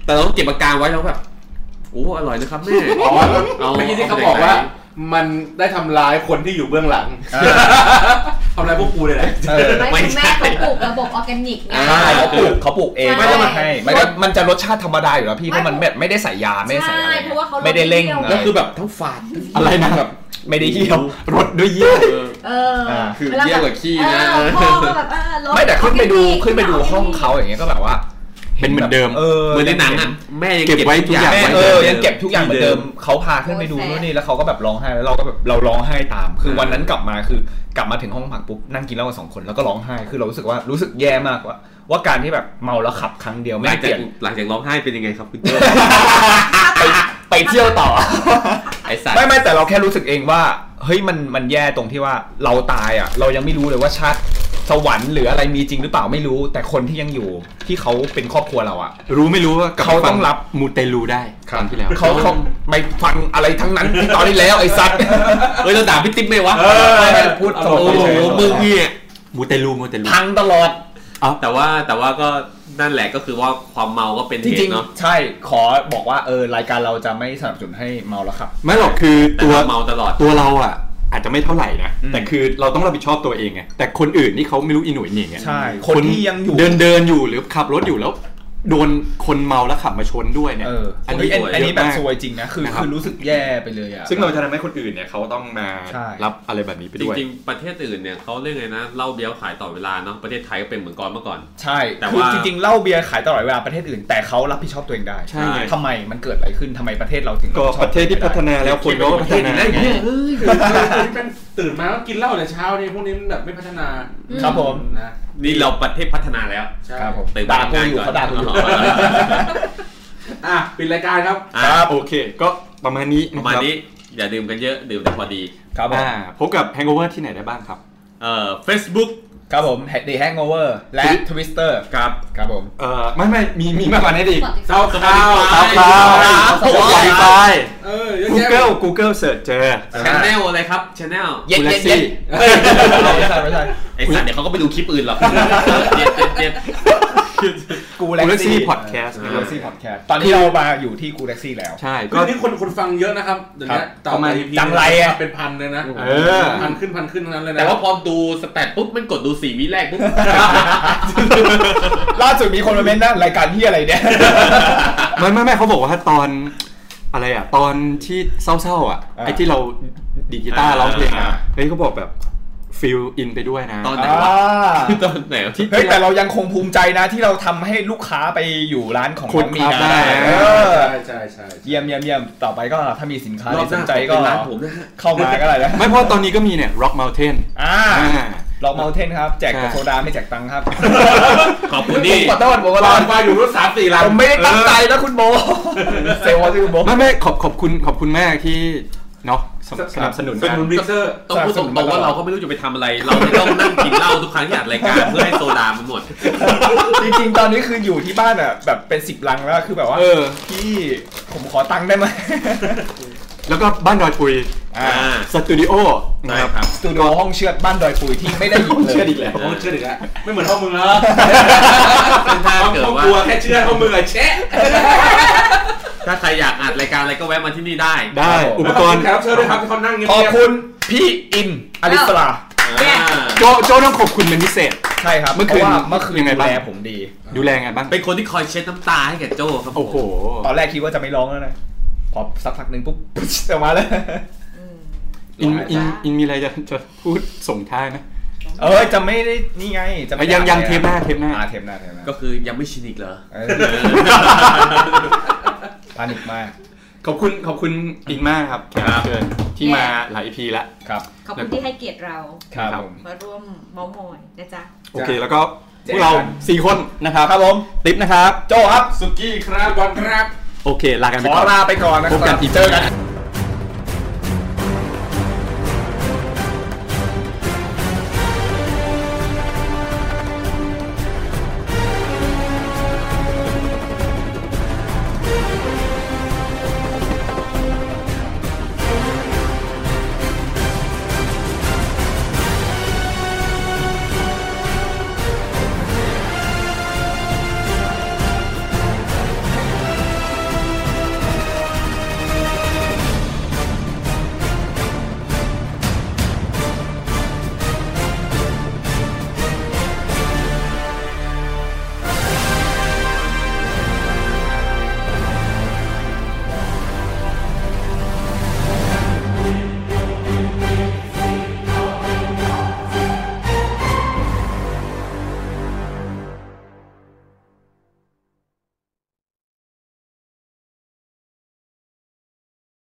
[SPEAKER 3] แต่เราต้องเก็บอาการไว้แล้วแบบโอ้อร่อยนะครับแม่
[SPEAKER 5] อ๋อ
[SPEAKER 3] เอา
[SPEAKER 5] เมื่อกี้ที่เขาบอกว่า มันได้ทำร้ายคนที่อยู่เบื้อง
[SPEAKER 6] (laughs)
[SPEAKER 5] หลังทำร้ายพวกกูเลยแหละ
[SPEAKER 6] เออ
[SPEAKER 4] ไม่ถึงแม่เขาปลูกระบบออร์แกนิกไง
[SPEAKER 6] ใช่เขาปลูกเขาปลูกเอง
[SPEAKER 4] ไม่ต้องมาให้
[SPEAKER 6] มันก็มันจะรสชาติธรรมดาอยู่แล้วพี่เพราะมันแบบไม่ได้ใส่ยาไม่ได้ใส่อะไร
[SPEAKER 4] ใช่เพราะว่าเขาลด
[SPEAKER 6] ไม่ได้เร่ง
[SPEAKER 4] เที่ยว
[SPEAKER 6] อะไร
[SPEAKER 3] แล้วคือแบบทั้งฝาดทั้ง
[SPEAKER 1] อะไรนะแบบ
[SPEAKER 6] ไม่ได้เที่ยว
[SPEAKER 1] รถด้วยเยี่ย
[SPEAKER 3] เออ
[SPEAKER 4] เออ
[SPEAKER 6] อ่า
[SPEAKER 3] คือเยี่ยมกว่าขี้นะ
[SPEAKER 4] เออพ่อก็แบบเออลด
[SPEAKER 6] ไม่แต่ขึ้นไปดู
[SPEAKER 4] organic
[SPEAKER 6] ขึ้นไปดูห้องเขาอย่างเงี้ยก็แบบว่า
[SPEAKER 1] เป็นเหมือนเดิม
[SPEAKER 6] เออ
[SPEAKER 3] เหมือนในหนังอ่ะแม่ยัง
[SPEAKER 1] เก็บไว้ทุกอย่าง
[SPEAKER 6] แม่
[SPEAKER 3] ไว้
[SPEAKER 6] เออ
[SPEAKER 3] หมืนดิม
[SPEAKER 6] ยังเก็บทุกอย่างเหมือนเดิมเขาพาขึ้นไปดู
[SPEAKER 4] โอ้ยแสบ
[SPEAKER 6] นู่นนี่แล้วเขาก็แบบร้องไห้แล้วเราก็แบบเราร้องไห้ตาม คือ
[SPEAKER 3] เออ
[SPEAKER 6] วันนั้นกลับมาคือกลับมาถึงห้องพักปุ๊บนั่งกินเหล้ากันสองคนแล้วก็ร้องไห้คือเรารู้สึกว่ารู้สึกแย่มากว่า ว่าการที่แบบเมาแล้วขับครั้งเดียว
[SPEAKER 3] ห
[SPEAKER 6] ไม่
[SPEAKER 3] ลัง
[SPEAKER 6] เป
[SPEAKER 3] จา
[SPEAKER 6] ลี่ย
[SPEAKER 3] ก
[SPEAKER 6] น
[SPEAKER 3] หลังจากร้องไห้เป็นยังไงครับคุณเจ้
[SPEAKER 6] ไปเที่ยวต่อ
[SPEAKER 3] ไอสัตว์
[SPEAKER 6] ไม่ไม่แต่เราแค่รู้สึกเองว่าเฮ้ยมันมันแย่ตรงที่ว่าเราตายอ่ะ เรายังไม่รู้เลยว่าชาติสวรรค์หรืออะไรมีจริงหรือเปล่าไม่รู้ แต่คนที่ยังอยู่ที่เขาเป็นครอบครัวเราอ่ะ
[SPEAKER 1] รู้ไม่รู้ว่ากลั
[SPEAKER 6] เขาต้องรับ
[SPEAKER 1] มูเตลูได้ครั้งที่แล้ว
[SPEAKER 6] เขาเขาไม่ฟังอะไรทั้งนั้นที่ตอนที่แล้วไอ้ซัด
[SPEAKER 3] เอ้ยเราด่าพี่ติ๊บไหมวะ
[SPEAKER 5] เออ
[SPEAKER 6] ไม่ไม่พูดตล
[SPEAKER 3] โอ้
[SPEAKER 6] ก
[SPEAKER 3] โห
[SPEAKER 6] เฉย
[SPEAKER 3] มึงเนี่ย
[SPEAKER 1] มูเตลูมูเตลู
[SPEAKER 6] พังตลอด
[SPEAKER 3] แต่ว่าแต่ว่าก็นั่นแหละก็คือว่าความเมาก็เป็น
[SPEAKER 6] จ
[SPEAKER 3] เห
[SPEAKER 6] ริง
[SPEAKER 3] ตุเนาะ
[SPEAKER 6] ๆ ใช่ ขอบอกว่าเออรายการเราจะไม่สนับสนุนให้เมาแล้วครับ
[SPEAKER 1] ไม่หรอกคือ
[SPEAKER 3] แต่
[SPEAKER 1] ตัว
[SPEAKER 3] เราเมาตลอด
[SPEAKER 1] ตัวเราอ่ะ อาจจะไม่เท่าไหร่นะ
[SPEAKER 6] อืม
[SPEAKER 1] แต่คือเราต้องรับผิดชอบตัวเองไงแต่คนอื่นที่เขาไม่รู้อีหนุ่ยหนี่ไง
[SPEAKER 6] คนที่ยังอยู่
[SPEAKER 1] เดินเดินอยู่หรือขับรถอยู่แล้ว โดนคนเมาแล้วขับมาชนด้วยเนี่ย
[SPEAKER 6] เอออันนี้
[SPEAKER 1] เยะ
[SPEAKER 6] อันนี้แบบ
[SPEAKER 1] มาก
[SPEAKER 6] ซวยจริงนะ คือ
[SPEAKER 1] นะครับ
[SPEAKER 6] คือรู้สึกแย่ไปเลยอ่ะ
[SPEAKER 1] ซึ่งเราจะทำให้คนอื่นเนี่ยเขาต้องมา
[SPEAKER 6] ใช่
[SPEAKER 1] รับอะไรแบบนี้ไป
[SPEAKER 3] จ
[SPEAKER 1] ด้วย
[SPEAKER 3] ริงๆ ประเทศอื่นเนี่ยเขาเรียกไงนะเหล้าเบี้ยวขายต่อเวลาเนาะประเทศไทยก็เป็นเหมือนก่อนเมื่อก่อน
[SPEAKER 6] ใช่
[SPEAKER 3] แต่
[SPEAKER 6] คือ
[SPEAKER 3] ว่า
[SPEAKER 6] จริงๆเหล้าเบียร์ขายตลอดเวลาประเทศอื่น แต่เขารับผิดชอบตัวเองได้
[SPEAKER 1] ใช่ไง
[SPEAKER 6] ทำไมมันเกิดอะไรขึ้นทำไมประเทศเราถึง
[SPEAKER 1] ก็
[SPEAKER 6] บผิดชอบ
[SPEAKER 1] ประเทศที่พัฒนาแล้วคนก็พัฒนา
[SPEAKER 3] ได้
[SPEAKER 1] ไง
[SPEAKER 3] เนี่ยเอ้ย
[SPEAKER 5] มันตื่นมาก็กินเหล้าแต่เช้านี่พวกนี้มันแบบไม่พัฒนา
[SPEAKER 6] ครับผม
[SPEAKER 5] นะ
[SPEAKER 3] นี่เราประเทศพัฒนาแล้ว
[SPEAKER 5] ใช่
[SPEAKER 6] ครับ
[SPEAKER 3] (laughs)
[SPEAKER 6] ผม
[SPEAKER 3] ตื่น
[SPEAKER 6] ด่ากูอยู่เขาด่ากูอยู่
[SPEAKER 5] อ่ะปิดรายการครับ
[SPEAKER 3] อ่ะ
[SPEAKER 1] ครับโอเค ก็ประมาณนี้
[SPEAKER 3] (laughs) ป
[SPEAKER 1] นะ
[SPEAKER 3] ระมาณ
[SPEAKER 1] ครับ
[SPEAKER 3] นี้อย่าดื่มกันเยอะดื่มแต่พอดี
[SPEAKER 6] ครับผม
[SPEAKER 1] อ่าพบกับ Hangover ที่ไหนได้บ้างครับ
[SPEAKER 3] เอ่อ Facebook
[SPEAKER 6] ครับผม The Hangover และ Twister
[SPEAKER 3] ครับ
[SPEAKER 6] ครับผม
[SPEAKER 1] เอ่อไม่ไม่มีมีมากกว่านี้อีก
[SPEAKER 5] เศร้าข้าว
[SPEAKER 1] SoundCloud
[SPEAKER 6] โอ้โห
[SPEAKER 1] Spotify
[SPEAKER 5] เออเยอะแยะ
[SPEAKER 1] Google Google Search เจอ
[SPEAKER 3] ชแนลอะไรครับชแนล
[SPEAKER 6] เย็ดเย็ดเย็ด
[SPEAKER 1] Galaxy
[SPEAKER 6] ไม่ใช่ไม่ใช่
[SPEAKER 3] ไอ้สัตว์เดี๋ยวเขาก็ไปดูคลิปอื่นหรอกเจ็ดเจ็ดเจ็ด
[SPEAKER 6] กู
[SPEAKER 1] กู
[SPEAKER 6] แล็
[SPEAKER 1] เล็
[SPEAKER 6] ก
[SPEAKER 1] ก
[SPEAKER 6] ซี่
[SPEAKER 1] ซี่
[SPEAKER 6] พ
[SPEAKER 1] พ
[SPEAKER 6] อ
[SPEAKER 1] อ
[SPEAKER 6] ด
[SPEAKER 1] ดแค
[SPEAKER 6] แคสต์
[SPEAKER 1] สต์นะ
[SPEAKER 6] กู
[SPEAKER 1] ครั
[SPEAKER 6] แล็
[SPEAKER 1] บ
[SPEAKER 6] กซี่พอดแคสต์ตอนนี้เรามาอยู่ที่กูแล็กซี่แล้ว
[SPEAKER 1] ใช่
[SPEAKER 5] คื
[SPEAKER 1] ก็
[SPEAKER 5] อนี่คนคนฟังเยอะนะครับเดี๋ยวนี้
[SPEAKER 6] ครับ
[SPEAKER 5] ต่อ
[SPEAKER 1] ประมา
[SPEAKER 5] มา
[SPEAKER 1] ณ
[SPEAKER 6] จังไรอะ
[SPEAKER 5] เป็นพันเลยนะ
[SPEAKER 1] เออ
[SPEAKER 5] พันขึ้นพันขึ้นทั้งนั้นเลยนะ
[SPEAKER 3] แต่ว่าพอดูสแตทปุ๊บมันกดดูสี่วิแรกปุ๊บ
[SPEAKER 6] ล่าสุดมีคนมาเม้นต์นะรายการที่อะไรเนี่ย
[SPEAKER 1] ไม่ไม่ไม่เขาบอกว่าตอนอะไรอ่ะ ตอนที่เศร้าๆอ่ะ
[SPEAKER 6] อ่า
[SPEAKER 1] ไอ้ที่เราดีดกีตาร์
[SPEAKER 3] อ่า
[SPEAKER 1] ร้องเพลง
[SPEAKER 3] อ่า
[SPEAKER 1] อ่ะเฮ้ยเขาบอกแบบฟิลอินไปด้วยนะ
[SPEAKER 3] ตอนไหนา วะตอนไหนวะ
[SPEAKER 6] เฮ้ยแต่เรายังคงภูมิใจนะที่เราทำให้ลูกค้าไปอยู่ร้านของ
[SPEAKER 1] คน
[SPEAKER 6] น้องมีนา
[SPEAKER 1] ครับได้
[SPEAKER 6] เอ
[SPEAKER 5] ใช่
[SPEAKER 6] อ
[SPEAKER 5] ใช่ใช่
[SPEAKER 6] เยี่ยมเยี่ยมเยี่ยมต่อไปก็ถ้ามีสินค้าร
[SPEAKER 3] อบ
[SPEAKER 6] ที่ส
[SPEAKER 3] หน้าน
[SPEAKER 6] ใจ
[SPEAKER 3] ขอ
[SPEAKER 6] ก็
[SPEAKER 3] เป็นร้านผมนะฮะ
[SPEAKER 6] เข้ามาก็ได้นะ
[SPEAKER 1] ไม่เพราะตอนนี้ก็มีเนี่ย Rock Mountain
[SPEAKER 6] อ่า
[SPEAKER 1] อ่า
[SPEAKER 6] ล็อกเมลเทนครับแจกแต่
[SPEAKER 1] ใช่
[SPEAKER 6] โซดาไม่แจกตังค์ครับ
[SPEAKER 3] ขอบคุณที่
[SPEAKER 6] ผมขอโทษผมขอ
[SPEAKER 5] ต
[SPEAKER 6] โท
[SPEAKER 5] อ
[SPEAKER 6] ษ
[SPEAKER 5] นมาอยู่รุ่นสามสี่ลำ
[SPEAKER 6] ผมไม่ได้ตั้งใจนะคุณโบเซลล์ว่าที่คุณโบ
[SPEAKER 1] ไม่ไม่ขอบขอบคุณขอบคุณมากที่เนาะสนับสนับสนุน
[SPEAKER 5] เป็น
[SPEAKER 1] กัน
[SPEAKER 5] มิกเซอร์
[SPEAKER 3] ต้องพูดตรงๆว่าเราก็ไม่รู้จะไปทำอะไร เราจะต้องนั่งกินเหล้าทุกครั้งที่อัดรายการเพื่อให้โซดามันหมด
[SPEAKER 6] จริงๆ ตอนนี้คืออยู่ที่บ้านอะแบบเป็นสิบลังแล้วคือแบบว่า
[SPEAKER 1] เออ
[SPEAKER 6] พี่ผมขอตังค์ได้ไหม
[SPEAKER 1] แล้วก็บ้านดอยปุย
[SPEAKER 6] อ่า
[SPEAKER 1] สตูดิโอนะครับ
[SPEAKER 6] สตูดิโอห้องเชือดบ้านดอยปุยที่ไม่ได้หยิบเลย
[SPEAKER 1] เชื่ออีกแล้ว
[SPEAKER 5] ผมเชื่ออีกแล้วไม่เหมือนห้องมึงแล้ว
[SPEAKER 3] ถ้า
[SPEAKER 5] ห้อง
[SPEAKER 3] เกิด
[SPEAKER 5] ห้อง
[SPEAKER 3] ว่า
[SPEAKER 5] กลัวแค่เชื่อห้องมึงอะเชะ
[SPEAKER 3] ถ้าใครอยากอัดรายการอะไรก็แวะมาที่นี่ได้
[SPEAKER 1] ได้อุปกรณ์
[SPEAKER 5] แขกรับเชิญด้วยครับที่เขานั่งเงียบ
[SPEAKER 6] ขอบ
[SPEAKER 5] ๆ
[SPEAKER 6] คุณพี่อินอลิสลา
[SPEAKER 3] อ่า
[SPEAKER 1] โจโจต้องขอบคุณเป็นพิเศษ
[SPEAKER 6] ใช่ครับ
[SPEAKER 1] เมื่อคืน
[SPEAKER 6] พราะว่าเมื่อคืน
[SPEAKER 1] ยังไง
[SPEAKER 6] ดู
[SPEAKER 1] บ้าง
[SPEAKER 6] แลผมดี
[SPEAKER 1] ดูแลไงบ้าง
[SPEAKER 3] เป็นคนที่คอยเช็ดน้ำตาให้แก่โจครับผม
[SPEAKER 1] โอ้โห
[SPEAKER 6] ตอนแรกคิดว่าจะไม่ร้องแล้วนะ พอสักพักหนึ่งปุ๊บ (laughs) ออกมาเลย
[SPEAKER 4] อืม
[SPEAKER 1] อินอิน
[SPEAKER 4] จ้า
[SPEAKER 1] อินมีอะไรจะจะพูดส่งท้ายไหม
[SPEAKER 6] เออจะไม่ได้นี่ไงจะไม่ได้
[SPEAKER 1] ยังยัง
[SPEAKER 6] อะไร
[SPEAKER 1] เทปหน้าเทปหน้า
[SPEAKER 6] อ่เทปหน้าเทปหน้า
[SPEAKER 3] ก็คือยังไม่ชินอีกเหรอ
[SPEAKER 6] เอ
[SPEAKER 1] (laughs)
[SPEAKER 6] อพานิกมาก
[SPEAKER 1] ขอบคุณขอบคุณอินมากครับแขก
[SPEAKER 3] ครั
[SPEAKER 1] รับบ เชิญที่
[SPEAKER 4] เย้
[SPEAKER 1] มาหลายพีแล้ว
[SPEAKER 6] ครับ
[SPEAKER 4] ขอบคุณที่ให้เกียรติเรา
[SPEAKER 6] ครับ
[SPEAKER 1] ครับ
[SPEAKER 6] ผม
[SPEAKER 4] มาร่วมเมอมอยนะจ๊ะ
[SPEAKER 1] โอเคแล้วก็พวกเราสี่คนนะครับ
[SPEAKER 6] ครับผม
[SPEAKER 1] ติ๊บนะครับ
[SPEAKER 6] โจครับ
[SPEAKER 5] สุกี้ครับบอลครับ
[SPEAKER 1] โอเค ลากันไป
[SPEAKER 6] ขอ
[SPEAKER 1] ก่อน
[SPEAKER 6] ลาไปก่อนนะค
[SPEAKER 1] พบกั
[SPEAKER 6] รั
[SPEAKER 1] น
[SPEAKER 6] บ
[SPEAKER 1] อีก
[SPEAKER 6] เจอกัน